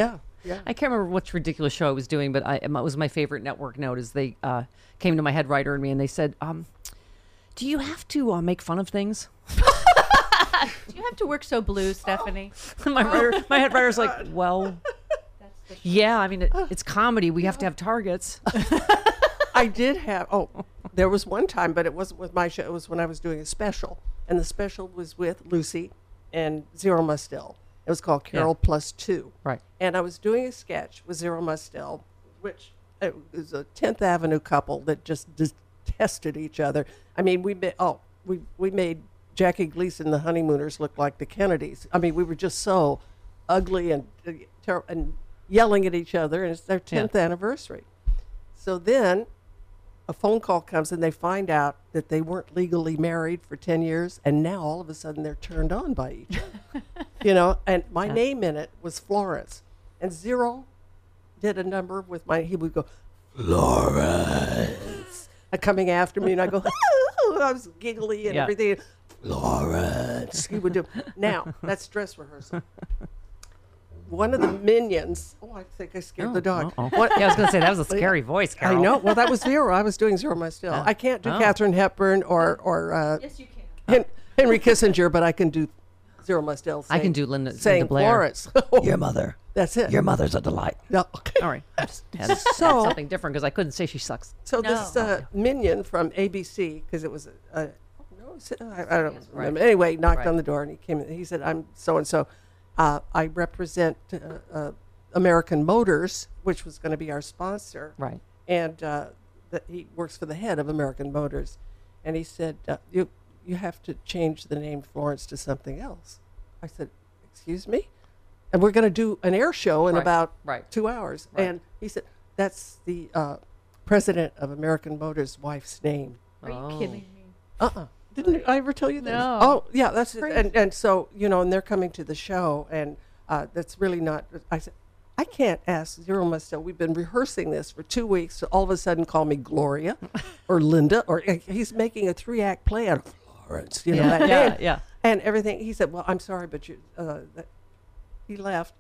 [SPEAKER 20] yeah.
[SPEAKER 3] I can't remember which ridiculous show I was doing, but I, it was my favorite network note. Is they uh, came to my head writer and me, and they said, um, "Do you have to uh, make fun of things?"
[SPEAKER 9] Do you have to work so
[SPEAKER 5] Oh.
[SPEAKER 9] blue, Stephanie?
[SPEAKER 3] my writer, my head writer's like, "Well, yeah, I mean, it, it's comedy. We have to have targets."
[SPEAKER 5] I did have. Oh, there was one time, but it wasn't with my show. It was when I was doing a special, and the special was with Lucy and Zero Mustel. It was called
[SPEAKER 3] Yeah.
[SPEAKER 5] Carol Plus Two.
[SPEAKER 3] Right.
[SPEAKER 5] And I was doing a sketch with Zero Mustel, which it was a Tenth Avenue couple that just detested each other. I mean, we made oh we we made Jackie Gleason the honeymooners look like the Kennedys. I mean, we were just so ugly and uh, ter- and yelling at each other, and it's their
[SPEAKER 3] Yeah.
[SPEAKER 5] tenth anniversary. So then a phone call comes and they find out that they weren't legally married for 10 years and now all of a sudden they're turned on by each other. you know, and my
[SPEAKER 3] Yeah.
[SPEAKER 5] name in it was Florence. And Zero did a number with my, he would go, Florence. uh, Coming after me and I go, "Ooh," I was giggly and
[SPEAKER 3] Yeah.
[SPEAKER 5] everything. Florence. He would do. Now, that's dress rehearsal. One of the minions, oh, I think I scared the dog.
[SPEAKER 20] uh-oh.
[SPEAKER 5] One-
[SPEAKER 20] Yeah, I was gonna say, that was a scary voice,
[SPEAKER 5] Oh. I
[SPEAKER 20] Carol.
[SPEAKER 5] know. Well, that was zero. I was doing zero myself. I can't do
[SPEAKER 20] Oh.
[SPEAKER 5] Catherine Hepburn or or uh, yes, you can. Henry Kissinger, but I can do zero Mostel.
[SPEAKER 20] I
[SPEAKER 5] saying-
[SPEAKER 20] can do Linda- Linda
[SPEAKER 5] saying
[SPEAKER 20] Blair.
[SPEAKER 5] Florence.
[SPEAKER 20] Your mother.
[SPEAKER 5] That's it.
[SPEAKER 20] Your mother's a delight.
[SPEAKER 5] No.
[SPEAKER 20] All right. I just had, had
[SPEAKER 5] So-
[SPEAKER 20] something different because I couldn't say she sucks.
[SPEAKER 5] So this uh, minion from ABC, because it was a, a no, it's- I, I don't remember. Anyway, knocked
[SPEAKER 20] Right.
[SPEAKER 5] on the door and he came. in. He said, "I'm so and so. I represent uh, uh, American Motors, which was going to be our sponsor."
[SPEAKER 3] Right.
[SPEAKER 5] And uh, that he works for the head of American Motors, and he said, uh, "You you have to change the name Florence to something else." I said, "Excuse me." And we're going to do an air show in
[SPEAKER 3] Right,
[SPEAKER 5] about
[SPEAKER 3] right.
[SPEAKER 5] two hours. And he said, "That's the uh, president of American Motors' wife's name."
[SPEAKER 9] Are you kidding me?
[SPEAKER 5] Uh-uh. Didn't I ever tell you this?
[SPEAKER 9] No.
[SPEAKER 5] Oh, yeah, that's it.
[SPEAKER 9] Crazy.
[SPEAKER 5] And, and so, you know, and they're coming to the show, and uh, that's really not. I said, I can't ask Zero Mustel. We've been rehearsing this for two weeks to all of a sudden call me Gloria or Linda, or eh, he's making a three act play out of Florence, you know,
[SPEAKER 3] Yeah,
[SPEAKER 5] that
[SPEAKER 3] yeah,
[SPEAKER 5] name.
[SPEAKER 3] yeah.
[SPEAKER 5] And everything. He said, Well, I'm sorry, but you. Uh, that, he left.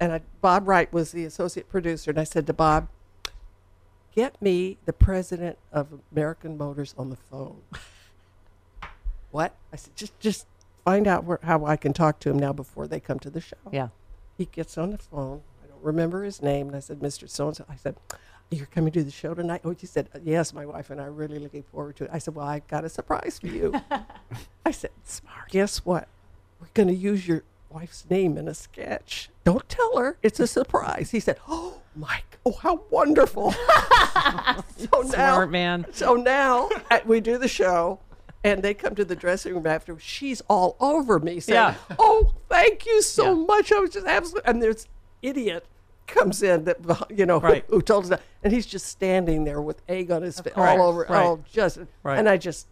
[SPEAKER 5] And I, Bob Wright was the associate producer, and I said to Bob, Get me the president of American Motors on the phone. what? I said, just just find out where, how I can talk to him now before they come to the show.
[SPEAKER 3] Yeah.
[SPEAKER 5] He gets on the phone. I don't remember his name, and I said, Mr. So and so. I said, You're coming to the show tonight? Oh, he said, Yes, my wife and I are really looking forward to it. I said, Well, I got a surprise for you. I said, Smart. Guess what? We're going to use your wife's name in a sketch. Don't tell her. It's a surprise. He said, Oh, Mike, oh, how wonderful. so now,
[SPEAKER 21] Smart man.
[SPEAKER 5] So now at- we do the show, and they come to the dressing room after. She's all over me saying,
[SPEAKER 21] Yeah.
[SPEAKER 5] "Oh, thank you so much. I was just absolutely." And this idiot comes in that beh- you know who-
[SPEAKER 21] Right.
[SPEAKER 5] who, told us that, and he's just standing there with egg on his face,
[SPEAKER 21] course.
[SPEAKER 5] all over.
[SPEAKER 21] Right.
[SPEAKER 5] Oh, just
[SPEAKER 21] Right.
[SPEAKER 5] and I just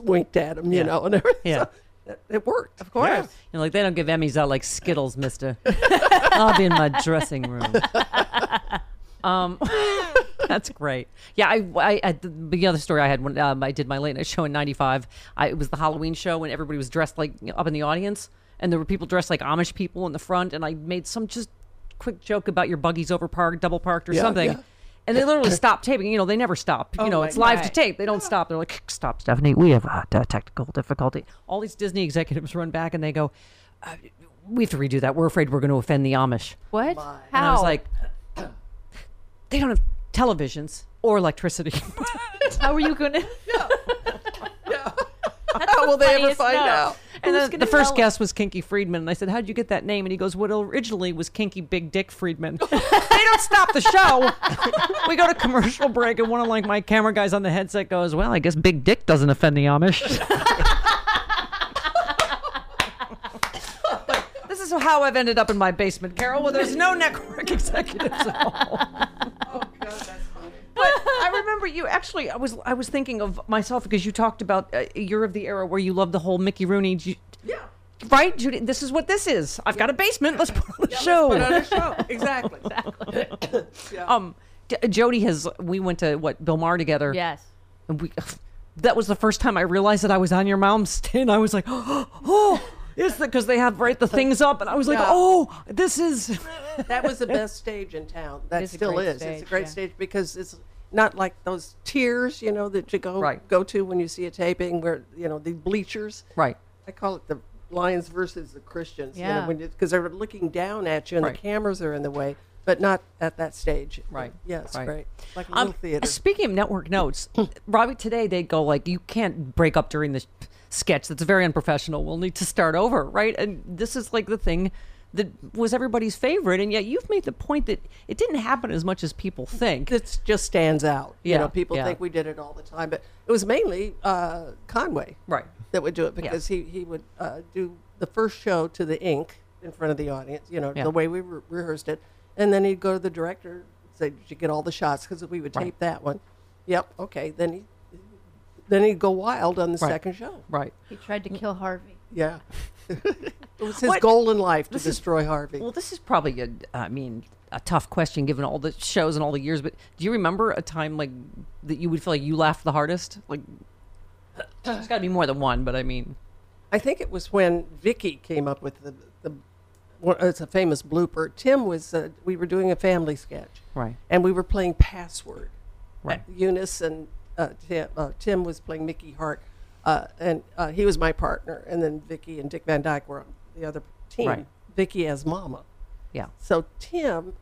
[SPEAKER 5] winked at him, you
[SPEAKER 21] Yeah.
[SPEAKER 5] know, and everything.
[SPEAKER 21] Yeah.
[SPEAKER 5] So it- it worked, of
[SPEAKER 21] course.
[SPEAKER 3] You're like, they don't give Emmys out like Skittles, mister. I'll be in my dressing room.
[SPEAKER 21] Um,
[SPEAKER 3] That's great. Yeah, I, I, I the other story I had when um, I did my late night show in '95, I, it was the Halloween show when everybody was dressed like you know, up in the audience, and there were people dressed like Amish people in the front, and I made some just quick joke about your buggy's over parked, double parked, or
[SPEAKER 21] Yeah,
[SPEAKER 3] something.
[SPEAKER 21] yeah.
[SPEAKER 3] And they literally stopped taping. You know, they never stop. You
[SPEAKER 21] Oh
[SPEAKER 3] know,
[SPEAKER 21] my
[SPEAKER 3] it's live to
[SPEAKER 21] God.
[SPEAKER 3] tape. They don't stop. They're like, stop, Stephanie. We have a technical difficulty. All these Disney executives run back and they go, uh, we have to redo that. We're afraid we're going to offend the Amish.
[SPEAKER 9] What?
[SPEAKER 3] And I
[SPEAKER 9] How?
[SPEAKER 3] was like, they don't have televisions or electricity.
[SPEAKER 9] How are you gonna?
[SPEAKER 5] How will they ever
[SPEAKER 9] funniest
[SPEAKER 5] find
[SPEAKER 9] no.
[SPEAKER 5] out?
[SPEAKER 3] and
[SPEAKER 9] Who's
[SPEAKER 3] then
[SPEAKER 9] gonna
[SPEAKER 3] the first
[SPEAKER 9] tell
[SPEAKER 3] guest was Kinky Friedman. And I said, How'd you get that name? And he goes, Well, it originally was Kinky Big Dick Friedman. they don't stop the show. we go to commercial break, and one of like my camera guys on the headset goes, Well, I guess Big Dick doesn't offend the Amish. This is how I've ended up in my basement, Carol, where there's no network executives at all.
[SPEAKER 21] but I remember you actually. I was I was thinking of myself because you talked about uh, you're of the era where you love the whole Mickey Rooney. Ju- yeah. Right, Judy. This is what this is. I've got a basement. Let's put on a show.
[SPEAKER 5] Put on a show. Exactly.
[SPEAKER 3] Um, D- Jody has. We went to what Bill Maher together.
[SPEAKER 9] Yes.
[SPEAKER 3] And we. That was the first time I realized that I was on your mom's tin. I was like, oh, it's because they have right the things up, and I was like,
[SPEAKER 5] Yeah.
[SPEAKER 3] oh, this is.
[SPEAKER 5] that was the best stage in town. That
[SPEAKER 3] It's a
[SPEAKER 5] still
[SPEAKER 3] great
[SPEAKER 5] is.
[SPEAKER 3] stage,
[SPEAKER 5] it's a great
[SPEAKER 3] yeah.
[SPEAKER 5] stage because it's not like those tiers, you know, that you go
[SPEAKER 3] Right.
[SPEAKER 5] go to when you see a taping where you know the bleachers.
[SPEAKER 3] Right.
[SPEAKER 5] I call it the Lions versus the Christians.
[SPEAKER 3] Yeah.
[SPEAKER 5] You know, because they're looking down at you and
[SPEAKER 3] Right.
[SPEAKER 5] the cameras are in the way, but not at that stage.
[SPEAKER 3] Right.
[SPEAKER 5] Yeah, it's
[SPEAKER 3] Right.
[SPEAKER 5] great. Like a
[SPEAKER 3] Um,
[SPEAKER 5] little theater. Hmm.
[SPEAKER 3] Speaking of network notes, Robbie, today they go like, you can't break up during the sh- sketch. That's very unprofessional. We'll need to start over, right? And this is like the thing that was everybody's favorite, and yet you've made the point that it didn't happen as much as people think.
[SPEAKER 5] It just stands out.
[SPEAKER 3] Yeah,
[SPEAKER 5] You know, people
[SPEAKER 3] yeah.
[SPEAKER 5] think we did it all the time, but it was mainly uh, Conway,
[SPEAKER 3] right,
[SPEAKER 5] that would do it because he he would uh, do the first show to the ink in front of the audience. You know,
[SPEAKER 3] Yeah.
[SPEAKER 5] the way we re- rehearsed it, and then he'd go to the director, and say, "Did you get all the shots?" Because we would
[SPEAKER 3] Right.
[SPEAKER 5] tape that one. Yep. Okay. Then he then he'd go wild on the
[SPEAKER 3] Right.
[SPEAKER 5] second show.
[SPEAKER 3] Right.
[SPEAKER 9] He tried to kill Harvey.
[SPEAKER 5] Yeah. it was his
[SPEAKER 3] What-
[SPEAKER 5] goal in life to
[SPEAKER 3] This is-
[SPEAKER 5] destroy Harvey.
[SPEAKER 3] Well, this is probably a, I mean, a tough question given all the shows and all the years. But do you remember a time like that you would feel like you laughed the hardest? Like, there's got to be more than one, but I mean,
[SPEAKER 5] I think it was when Vicky came up with the the. well, It's a famous blooper. Tim was. Uh, we were doing a family sketch,
[SPEAKER 3] Right.
[SPEAKER 5] And we were playing password.
[SPEAKER 3] Right.
[SPEAKER 5] Eunice and uh, Tim, uh, Tim was playing Mickey Hart, uh, and uh, he was my partner. And then Vicky and Dick Van Dyke were on the other team.
[SPEAKER 3] Right.
[SPEAKER 5] Vicky as Mama.
[SPEAKER 3] yeah.
[SPEAKER 5] So Tim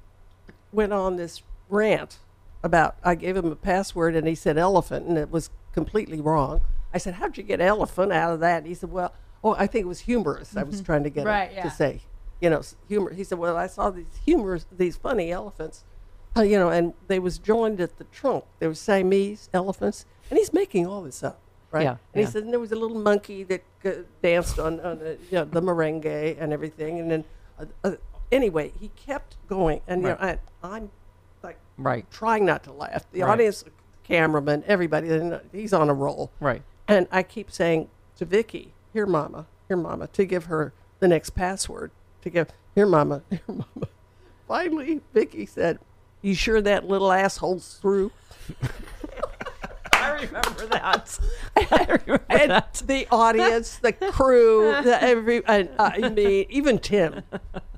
[SPEAKER 5] went on this rant about I gave him a password and he said elephant and it was completely wrong. I said, How'd you get elephant out of that? And he said, Well, oh, I think it was humorous. I was trying to get
[SPEAKER 9] Mm-hmm. Right,
[SPEAKER 5] him
[SPEAKER 9] yeah.
[SPEAKER 5] to say, you know, s- humor. He said, Well, I saw these humorous, these funny elephants, uh, you know, and they was joined at the trunk. There was Siamese elephants, and he's making all this up, right?
[SPEAKER 3] Yeah,
[SPEAKER 5] and
[SPEAKER 3] yeah.
[SPEAKER 5] he said, and there was a little monkey that uh, danced on, on the, you know, the merengue and everything. And then, uh, uh, anyway, he kept going. And, you know, I, I'm like
[SPEAKER 3] Right.
[SPEAKER 5] trying not to laugh. The
[SPEAKER 3] Right.
[SPEAKER 5] audience, cameraman, everybody, they're not- he's on a roll.
[SPEAKER 3] Right.
[SPEAKER 5] And I keep saying to Vicky, here, mama, here, mama, to give her the next password, to give, here, mama, here, mama. Finally, Vicky said, you sure that little asshole's through?
[SPEAKER 21] I remember that.
[SPEAKER 5] and the audience, the crew, the every, and, uh, I mean, even Tim.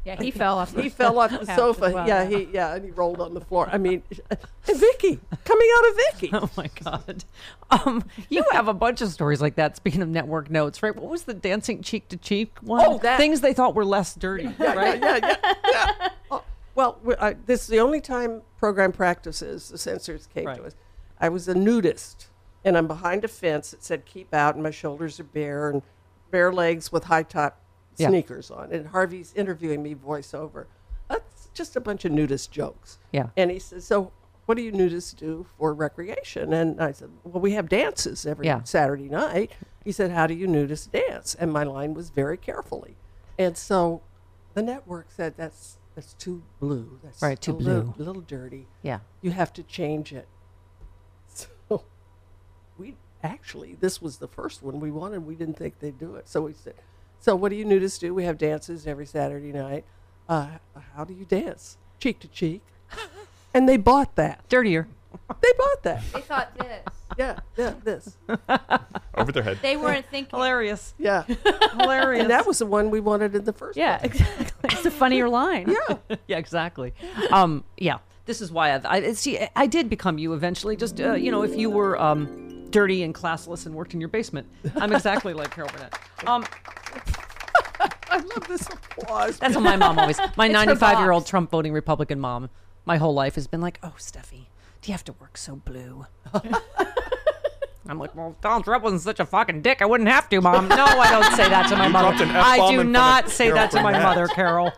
[SPEAKER 9] Yeah, he fell off. The
[SPEAKER 5] He fell off the
[SPEAKER 9] couch
[SPEAKER 5] sofa.
[SPEAKER 9] as well,
[SPEAKER 5] yeah, he yeah, and he rolled on the floor. I mean, and Vicky coming out of Vicky.
[SPEAKER 3] Oh my god. Um, you have a bunch of stories like that. Speaking of network notes, right? What was the dancing cheek to cheek one?
[SPEAKER 5] Oh, that-
[SPEAKER 3] things they thought were less dirty, right?
[SPEAKER 5] yeah, yeah, yeah. Oh, well, we- I, this is the only time program practices the censors came
[SPEAKER 3] Right.
[SPEAKER 5] to us. I was a nudist, and I'm behind a fence that said "keep out," and my shoulders are bare and bare legs with high top
[SPEAKER 3] Yeah.
[SPEAKER 5] sneakers on. And Harvey's interviewing me voiceover. Let's just a bunch of nudist jokes.
[SPEAKER 3] Yeah.
[SPEAKER 5] And he says, so what do you nudists do for recreation? And I said, well, we have dances every
[SPEAKER 3] Yeah.
[SPEAKER 5] Saturday night. He said, how do you nudists dance? And my line was very carefully. And so the network said, that's, that's too blue. That's
[SPEAKER 3] Right, too
[SPEAKER 5] a little,
[SPEAKER 3] blue.
[SPEAKER 5] little dirty.
[SPEAKER 3] Yeah.
[SPEAKER 5] You have to change it. So we actually, this was the first one we wanted. We didn't think they'd do it. So we said, so what do you nudists do? We have dances every Saturday night. Uh, how do you dance? Cheek to cheek. And they bought that.
[SPEAKER 3] Dirtier.
[SPEAKER 5] They bought that.
[SPEAKER 9] They thought this.
[SPEAKER 5] Yeah, yeah, this.
[SPEAKER 22] Over their head.
[SPEAKER 9] They weren't thinking.
[SPEAKER 19] Hilarious.
[SPEAKER 5] Yeah.
[SPEAKER 19] Hilarious.
[SPEAKER 5] And that was the one we wanted in the first
[SPEAKER 9] Yeah, exactly. It's a funnier line.
[SPEAKER 5] Yeah.
[SPEAKER 3] yeah, exactly. Um, yeah, this is why I've, I see. I did become you eventually. Just uh, you know, if you were um, dirty and classless and worked in your basement, I'm exactly like Carol Burnett. Um,
[SPEAKER 5] I love this applause.
[SPEAKER 3] That's what my mom always. My
[SPEAKER 5] It's her
[SPEAKER 3] 95 year old
[SPEAKER 5] box.
[SPEAKER 3] Trump voting Republican mom, my whole life has been like, "Oh, Steffi, do you have to work so blue?" I'm like, well, if Donald Trump wasn't such a fucking dick. I wouldn't have to, Mom. No, I don't say that to my
[SPEAKER 19] You
[SPEAKER 3] mother.
[SPEAKER 19] dropped an
[SPEAKER 3] I
[SPEAKER 19] F-bomb in
[SPEAKER 3] do
[SPEAKER 19] front of
[SPEAKER 3] not say
[SPEAKER 19] Carol
[SPEAKER 3] that to my
[SPEAKER 19] Burnett.
[SPEAKER 3] mother, Carol.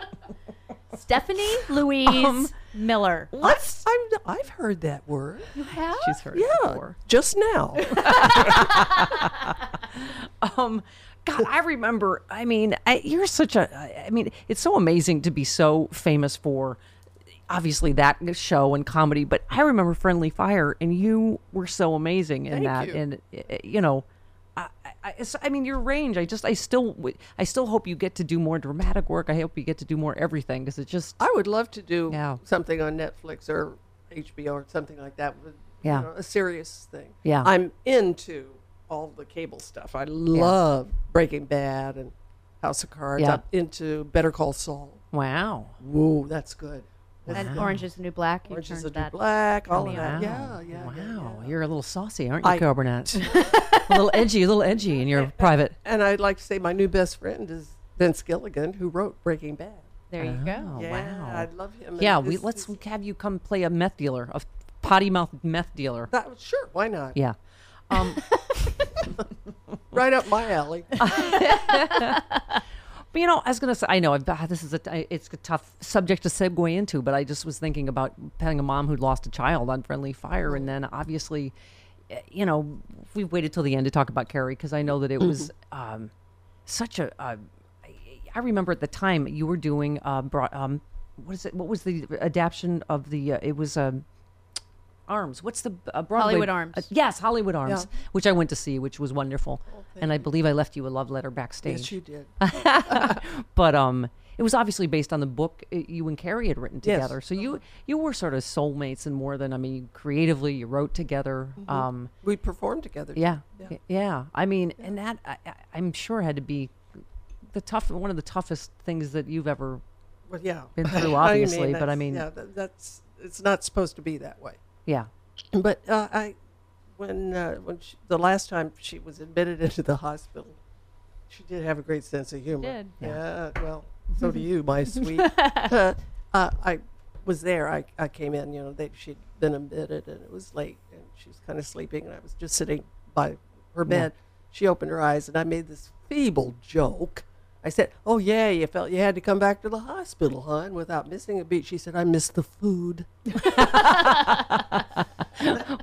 [SPEAKER 9] Stephanie
[SPEAKER 5] Um,
[SPEAKER 9] Louise Miller.
[SPEAKER 5] Let's. I'm, I've heard that word. You
[SPEAKER 9] have?
[SPEAKER 3] She's heard
[SPEAKER 5] yeah,
[SPEAKER 3] it before.
[SPEAKER 5] Just now.
[SPEAKER 3] um god i remember i mean I, you're such a I- i mean it's so amazing to be so famous for obviously that show and comedy but i remember friendly fire and you were so amazing
[SPEAKER 19] Thank
[SPEAKER 3] in that
[SPEAKER 19] you.
[SPEAKER 3] and uh, you know I, I- I, it's- I mean your range i just i still w- i still hope you get to do more dramatic work i hope you get to do more everything because it just
[SPEAKER 5] I would love to do
[SPEAKER 3] Yeah.
[SPEAKER 5] something on Netflix or HBO or something like that. With, you
[SPEAKER 3] Yeah.
[SPEAKER 5] know, a serious thing.
[SPEAKER 3] Yeah.
[SPEAKER 5] I'm into all the cable stuff. I love Breaking Bad and House of Cards.
[SPEAKER 3] Yeah.
[SPEAKER 5] I'm into Better Call Saul.
[SPEAKER 3] wow
[SPEAKER 5] Whoa, that's good. That's
[SPEAKER 9] And
[SPEAKER 5] good.
[SPEAKER 9] Orange is the New Black. you
[SPEAKER 5] Orange is
[SPEAKER 9] turned
[SPEAKER 5] the New
[SPEAKER 9] that
[SPEAKER 5] Black, all of
[SPEAKER 9] on.
[SPEAKER 5] that.
[SPEAKER 3] Wow.
[SPEAKER 5] Yeah, yeah.
[SPEAKER 3] wow you're a little saucy aren't you
[SPEAKER 5] I-
[SPEAKER 3] carol burnett a little edgy a little edgy in your private
[SPEAKER 5] And I'd like to say my new best friend is Vince Gilligan, who wrote Breaking Bad.
[SPEAKER 9] There you
[SPEAKER 3] go.
[SPEAKER 5] Yeah,
[SPEAKER 3] wow.
[SPEAKER 5] I'd love him.
[SPEAKER 3] Yeah,
[SPEAKER 5] And
[SPEAKER 3] we
[SPEAKER 5] this-
[SPEAKER 3] let's have you come play a meth dealer, a potty mouth meth dealer.
[SPEAKER 5] That, sure, why not?
[SPEAKER 3] yeah.
[SPEAKER 5] Right up my alley.
[SPEAKER 3] But you know, I was gonna say, I know I've, ah, this is a I- it's a tough subject to segue into, but I just was thinking about having a mom who lost a child on friendly fire, and then obviously, eh, you know, we waited till the end to talk about Carrie because I know that it was
[SPEAKER 9] Mm-hmm.
[SPEAKER 3] um, such a. Uh, I remember at the time you were doing uh, brought um, what is it? What was the adaptation of the? Uh, it was um, Arms. What's the uh, Broadway?
[SPEAKER 9] Hollywood Arms.
[SPEAKER 3] uh, yes, Hollywood Arms,
[SPEAKER 9] Yeah.
[SPEAKER 3] which I went to see, which was wonderful, and I believe I left you a love letter backstage.
[SPEAKER 5] yes, you did.
[SPEAKER 3] but um it was obviously based on the book uh, you and Carrie had written
[SPEAKER 5] Yes.
[SPEAKER 3] together. So
[SPEAKER 9] Uh-huh.
[SPEAKER 3] you you were sort of soulmates and more than I mean creatively you wrote together.
[SPEAKER 9] Mm-hmm.
[SPEAKER 3] Um
[SPEAKER 5] We performed together.
[SPEAKER 3] yeah. Yeah. I mean and that I, I, I'm sure had to be the tough one of the toughest things that you've ever
[SPEAKER 5] Well, yeah.
[SPEAKER 3] been through
[SPEAKER 5] I mean,
[SPEAKER 3] obviously, but I
[SPEAKER 5] that's-
[SPEAKER 3] mean
[SPEAKER 5] yeah, that, that's it's not supposed to be that way.
[SPEAKER 3] yeah.
[SPEAKER 5] But uh, I, when uh, when she, the last time she was admitted into the hospital, she did have a great sense of humor.
[SPEAKER 9] did.
[SPEAKER 5] Yeah. well, so do you, my sweet. uh, I was there. I, I came in. You know, they, she'd been admitted, and it was late, and she was kind of sleeping, and I was just sitting by her
[SPEAKER 3] Yeah.
[SPEAKER 5] bed. She opened her eyes, and I made this feeble joke. I said, "Oh yeah, you felt you had to come back to the hospital, huh? And without missing a beat, she said, "I missed the food."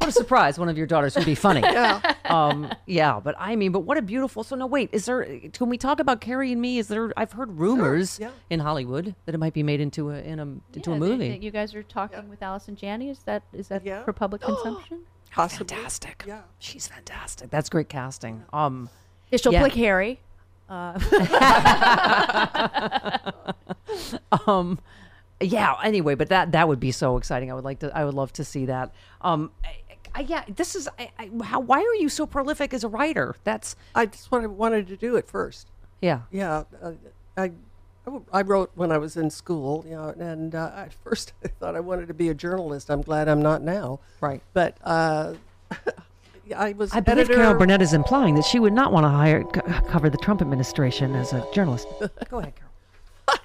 [SPEAKER 3] what a surprise! One of your daughters would be funny.
[SPEAKER 5] Yeah.
[SPEAKER 3] Um, yeah, but I mean, but what a beautiful. So no, wait, is there? Can we talk about Carrie and Me? Is there? I've heard rumors
[SPEAKER 9] yeah.
[SPEAKER 3] in Hollywood that it might be made into a in a into a
[SPEAKER 9] Yeah, they-
[SPEAKER 3] movie.
[SPEAKER 9] they- you guys are talking with Alice and Janney. Is that is that for public consumption?
[SPEAKER 3] Fantastic.
[SPEAKER 5] Yeah.
[SPEAKER 3] She's fantastic. That's great casting. Um,
[SPEAKER 9] She'll
[SPEAKER 3] yeah.
[SPEAKER 9] play Harry. Uh,
[SPEAKER 3] um yeah anyway but that that would be so exciting i would like to i would love to see that um I, I, yeah this is I, I, how why are you so prolific as a writer that's
[SPEAKER 5] I just wanted, wanted to do it first.
[SPEAKER 3] yeah
[SPEAKER 5] Yeah, uh, I, I w- I wrote when I was in school, you know, and uh, at first I thought I wanted to be a journalist. I'm glad I'm not now.
[SPEAKER 3] Right.
[SPEAKER 5] But uh, I was.
[SPEAKER 3] i believe
[SPEAKER 5] editor.
[SPEAKER 3] carol burnett is implying that she would not want to hire c- cover the trump administration as a journalist go ahead carol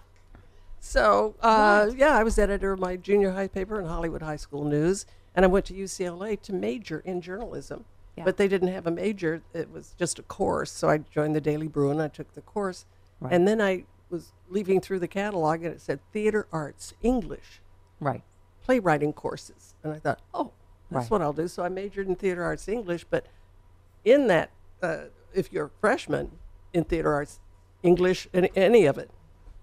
[SPEAKER 5] So uh, yeah, I was editor of my junior high paper in Hollywood High School News, and I went to UCLA to major in journalism.
[SPEAKER 3] Yeah.
[SPEAKER 5] But they didn't have a major; it was just a course. So I joined the Daily Bruin. I took the course,
[SPEAKER 3] Right.
[SPEAKER 5] and then I was leaving through the catalog and it said theater arts English,
[SPEAKER 23] Right.
[SPEAKER 5] playwriting courses, and I thought, oh, that's
[SPEAKER 23] Right.
[SPEAKER 5] what I'll do. So I majored in theater arts English, but in that, uh, if you're a freshman in theater arts English, any, any of it,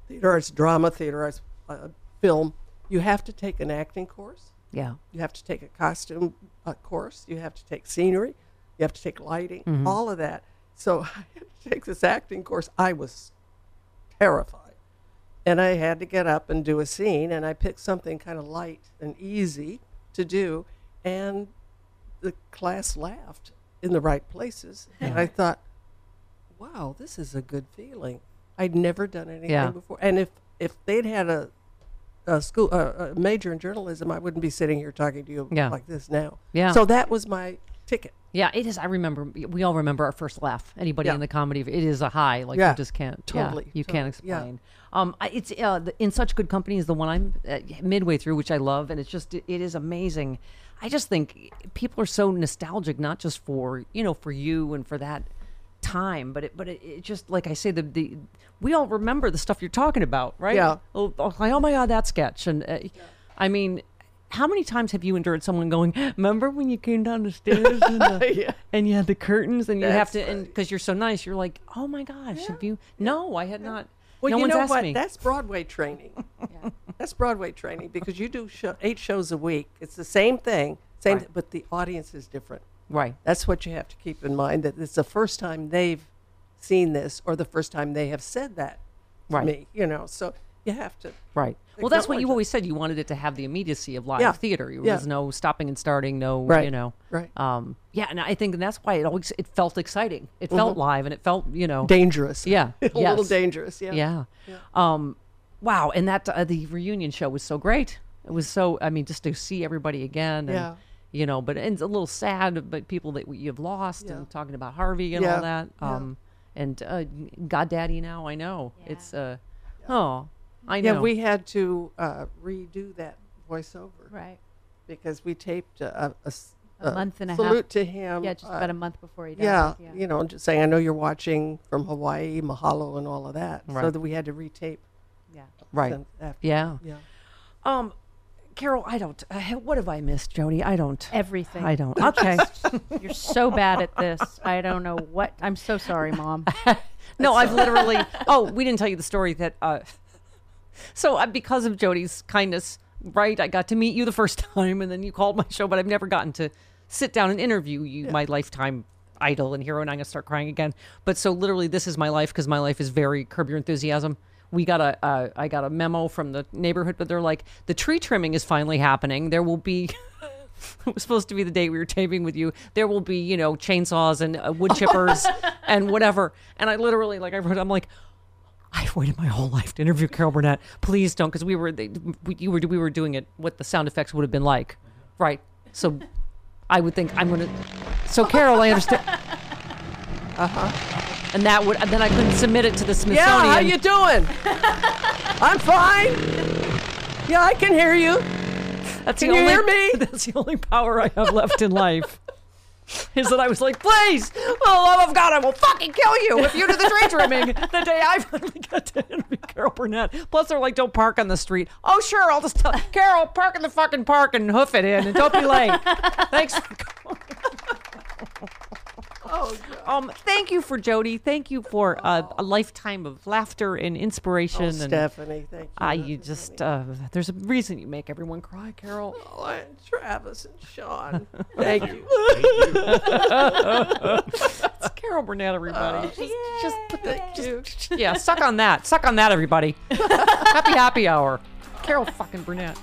[SPEAKER 5] theater arts drama, theater arts uh, film, you have to take an acting course.
[SPEAKER 23] Yeah.
[SPEAKER 5] You have to take a costume uh, course. You have to take scenery. You have to take lighting,
[SPEAKER 23] Mhm.
[SPEAKER 5] all of that. So I had to take this acting course. I was terrified. And I had to get up and do a scene, and I picked something kind of light and easy to do. And the class laughed in the right places. And I thought, wow, this is a good feeling. I'd never done anything
[SPEAKER 23] Yeah.
[SPEAKER 5] before. And if, if they'd had a, a school a, a major in journalism, I wouldn't be sitting here talking to you
[SPEAKER 3] Yeah.
[SPEAKER 5] like this now.
[SPEAKER 3] Yeah.
[SPEAKER 5] So that was my ticket.
[SPEAKER 3] Yeah, it is. I remember. We all remember our first laugh. Anybody
[SPEAKER 5] Yeah.
[SPEAKER 3] in the comedy, it is a high. Like
[SPEAKER 5] Yeah,
[SPEAKER 3] you just can't. yeah,
[SPEAKER 5] totally,
[SPEAKER 3] you can't
[SPEAKER 5] totally, yeah.
[SPEAKER 3] explain. Um, I- it's uh, the, in such good company is the one I'm uh, midway through, which I love, and it's just it is amazing. I just think people are so nostalgic, not just for you know for you and for that time, but it but it, it just like I say the the we all remember the stuff you're talking about, right?
[SPEAKER 23] Yeah.
[SPEAKER 3] Oh, oh, like oh my god, that sketch, and uh, I mean. How many times have you endured someone going, Remember when you came down the stairs and, uh, and you had the curtains and you have
[SPEAKER 23] That's
[SPEAKER 3] to, and because you're so nice, you're like, oh my gosh, have you? No, I had not.
[SPEAKER 5] Well,
[SPEAKER 3] no
[SPEAKER 5] you
[SPEAKER 3] one's
[SPEAKER 5] know
[SPEAKER 3] asked
[SPEAKER 5] what?
[SPEAKER 3] me.
[SPEAKER 5] That's Broadway training. That's Broadway training because you do show, eight shows a week. It's the same thing, same,
[SPEAKER 3] Right.
[SPEAKER 5] th- but the audience is different.
[SPEAKER 3] Right.
[SPEAKER 5] That's what you have to keep in mind. That it's the first time they've seen this, or the first time they have said that to
[SPEAKER 3] Right.
[SPEAKER 5] me. You know, so you have to.
[SPEAKER 3] Right. Well, that's what
[SPEAKER 5] acknowledge
[SPEAKER 3] you
[SPEAKER 5] that.
[SPEAKER 3] always said. You wanted it to have the immediacy of live
[SPEAKER 5] Yeah.
[SPEAKER 3] theater. There
[SPEAKER 5] Yeah.
[SPEAKER 3] was no stopping and starting. No, you
[SPEAKER 5] Right.
[SPEAKER 3] know.
[SPEAKER 5] Right.
[SPEAKER 3] Um, yeah, and I think that's why it always it felt exciting. It
[SPEAKER 5] Mhm.
[SPEAKER 3] felt live, and it felt you know
[SPEAKER 5] Dangerous.
[SPEAKER 3] Yeah,
[SPEAKER 5] A little
[SPEAKER 3] yes.
[SPEAKER 5] dangerous, yeah.
[SPEAKER 3] Yeah.
[SPEAKER 5] Yeah.
[SPEAKER 3] Um, wow, and that uh, the reunion show was so great. It was so. I mean, just to see everybody again. And,
[SPEAKER 5] Yeah.
[SPEAKER 3] You know, but and it's a little sad, but people that you've lost and talking about Harvey and all
[SPEAKER 23] Yeah.
[SPEAKER 3] that.
[SPEAKER 23] Yeah.
[SPEAKER 3] Um, and uh, God Daddy now, I know it's uh, oh, I know.
[SPEAKER 5] Yeah, we had to uh, redo that voiceover.
[SPEAKER 9] Right.
[SPEAKER 5] Because we taped a, a s-
[SPEAKER 9] A month and a half-
[SPEAKER 5] salute to him. uh,
[SPEAKER 9] yeah, just about a month before he died,
[SPEAKER 5] Yeah,
[SPEAKER 9] yeah.
[SPEAKER 5] you know, just saying, I know you're watching from Hawaii, mahalo, and all of that. So
[SPEAKER 3] Right.
[SPEAKER 5] that we had to retape.
[SPEAKER 9] Yeah.
[SPEAKER 3] Right.
[SPEAKER 5] them after-
[SPEAKER 3] Yeah.
[SPEAKER 5] Yeah.
[SPEAKER 3] Um, Carol, I don't. Uh, what have I missed, Jody? I don't.
[SPEAKER 9] Everything.
[SPEAKER 3] I don't.
[SPEAKER 9] You're
[SPEAKER 3] Okay.
[SPEAKER 9] just- You're so bad at this. I don't know what. I'm so sorry, Mom.
[SPEAKER 3] no, I've literally. Oh, we didn't tell you the story that. Uh, so uh, because of Jody's kindness, right? I got to meet you the first time, and then you called my show, but I've never gotten to sit down and interview you, my lifetime idol and hero. And I'm gonna start crying again. But so literally, this is my life because my life is very curb your enthusiasm. We got a, uh, I got a memo from the neighborhood, but they're like, the tree trimming is finally happening. There will be. it was supposed to be the day we were taping with you. There will be, you know, chainsaws and uh, wood chippers and whatever. And I literally, like, I wrote, I'm like, I've waited my whole life to interview Carol Burnett. Please don't, because we were, they, we, you were, we were doing it what the sound effects would have been like, right? So, I would think I'm gonna. So Carol, I understand. Uh huh. And that would, and then I couldn't submit it to the Smithsonian.
[SPEAKER 5] Yeah, how you doing? I'm fine. Yeah, I can hear you.
[SPEAKER 3] That's
[SPEAKER 5] can
[SPEAKER 3] the
[SPEAKER 5] you
[SPEAKER 3] only,
[SPEAKER 5] hear me?
[SPEAKER 3] That's the only power I have left in life. Is that I was like, please, for the love of God, I will fucking kill you if you do the tree trimming the day I finally got to interview Carol Burnett. Plus, they're like, don't park on the street. Oh, sure, I'll just tell Carol, park in the fucking park and hoof it in and don't be late. Thanks. For
[SPEAKER 5] Oh,
[SPEAKER 3] um, thank you for Jody. Thank you for uh, a lifetime of laughter and inspiration.
[SPEAKER 5] Oh,
[SPEAKER 3] and
[SPEAKER 5] Stephanie, thank you.
[SPEAKER 3] I, you just uh, there's a reason you make everyone cry, Carol.
[SPEAKER 5] Oh, and Travis and Sean. Thank you.
[SPEAKER 3] it's Carol Burnett, everybody.
[SPEAKER 5] Oh,
[SPEAKER 3] just, just put the just, yeah, suck on that. Suck on that, everybody. happy happy hour. Carol fucking Burnett.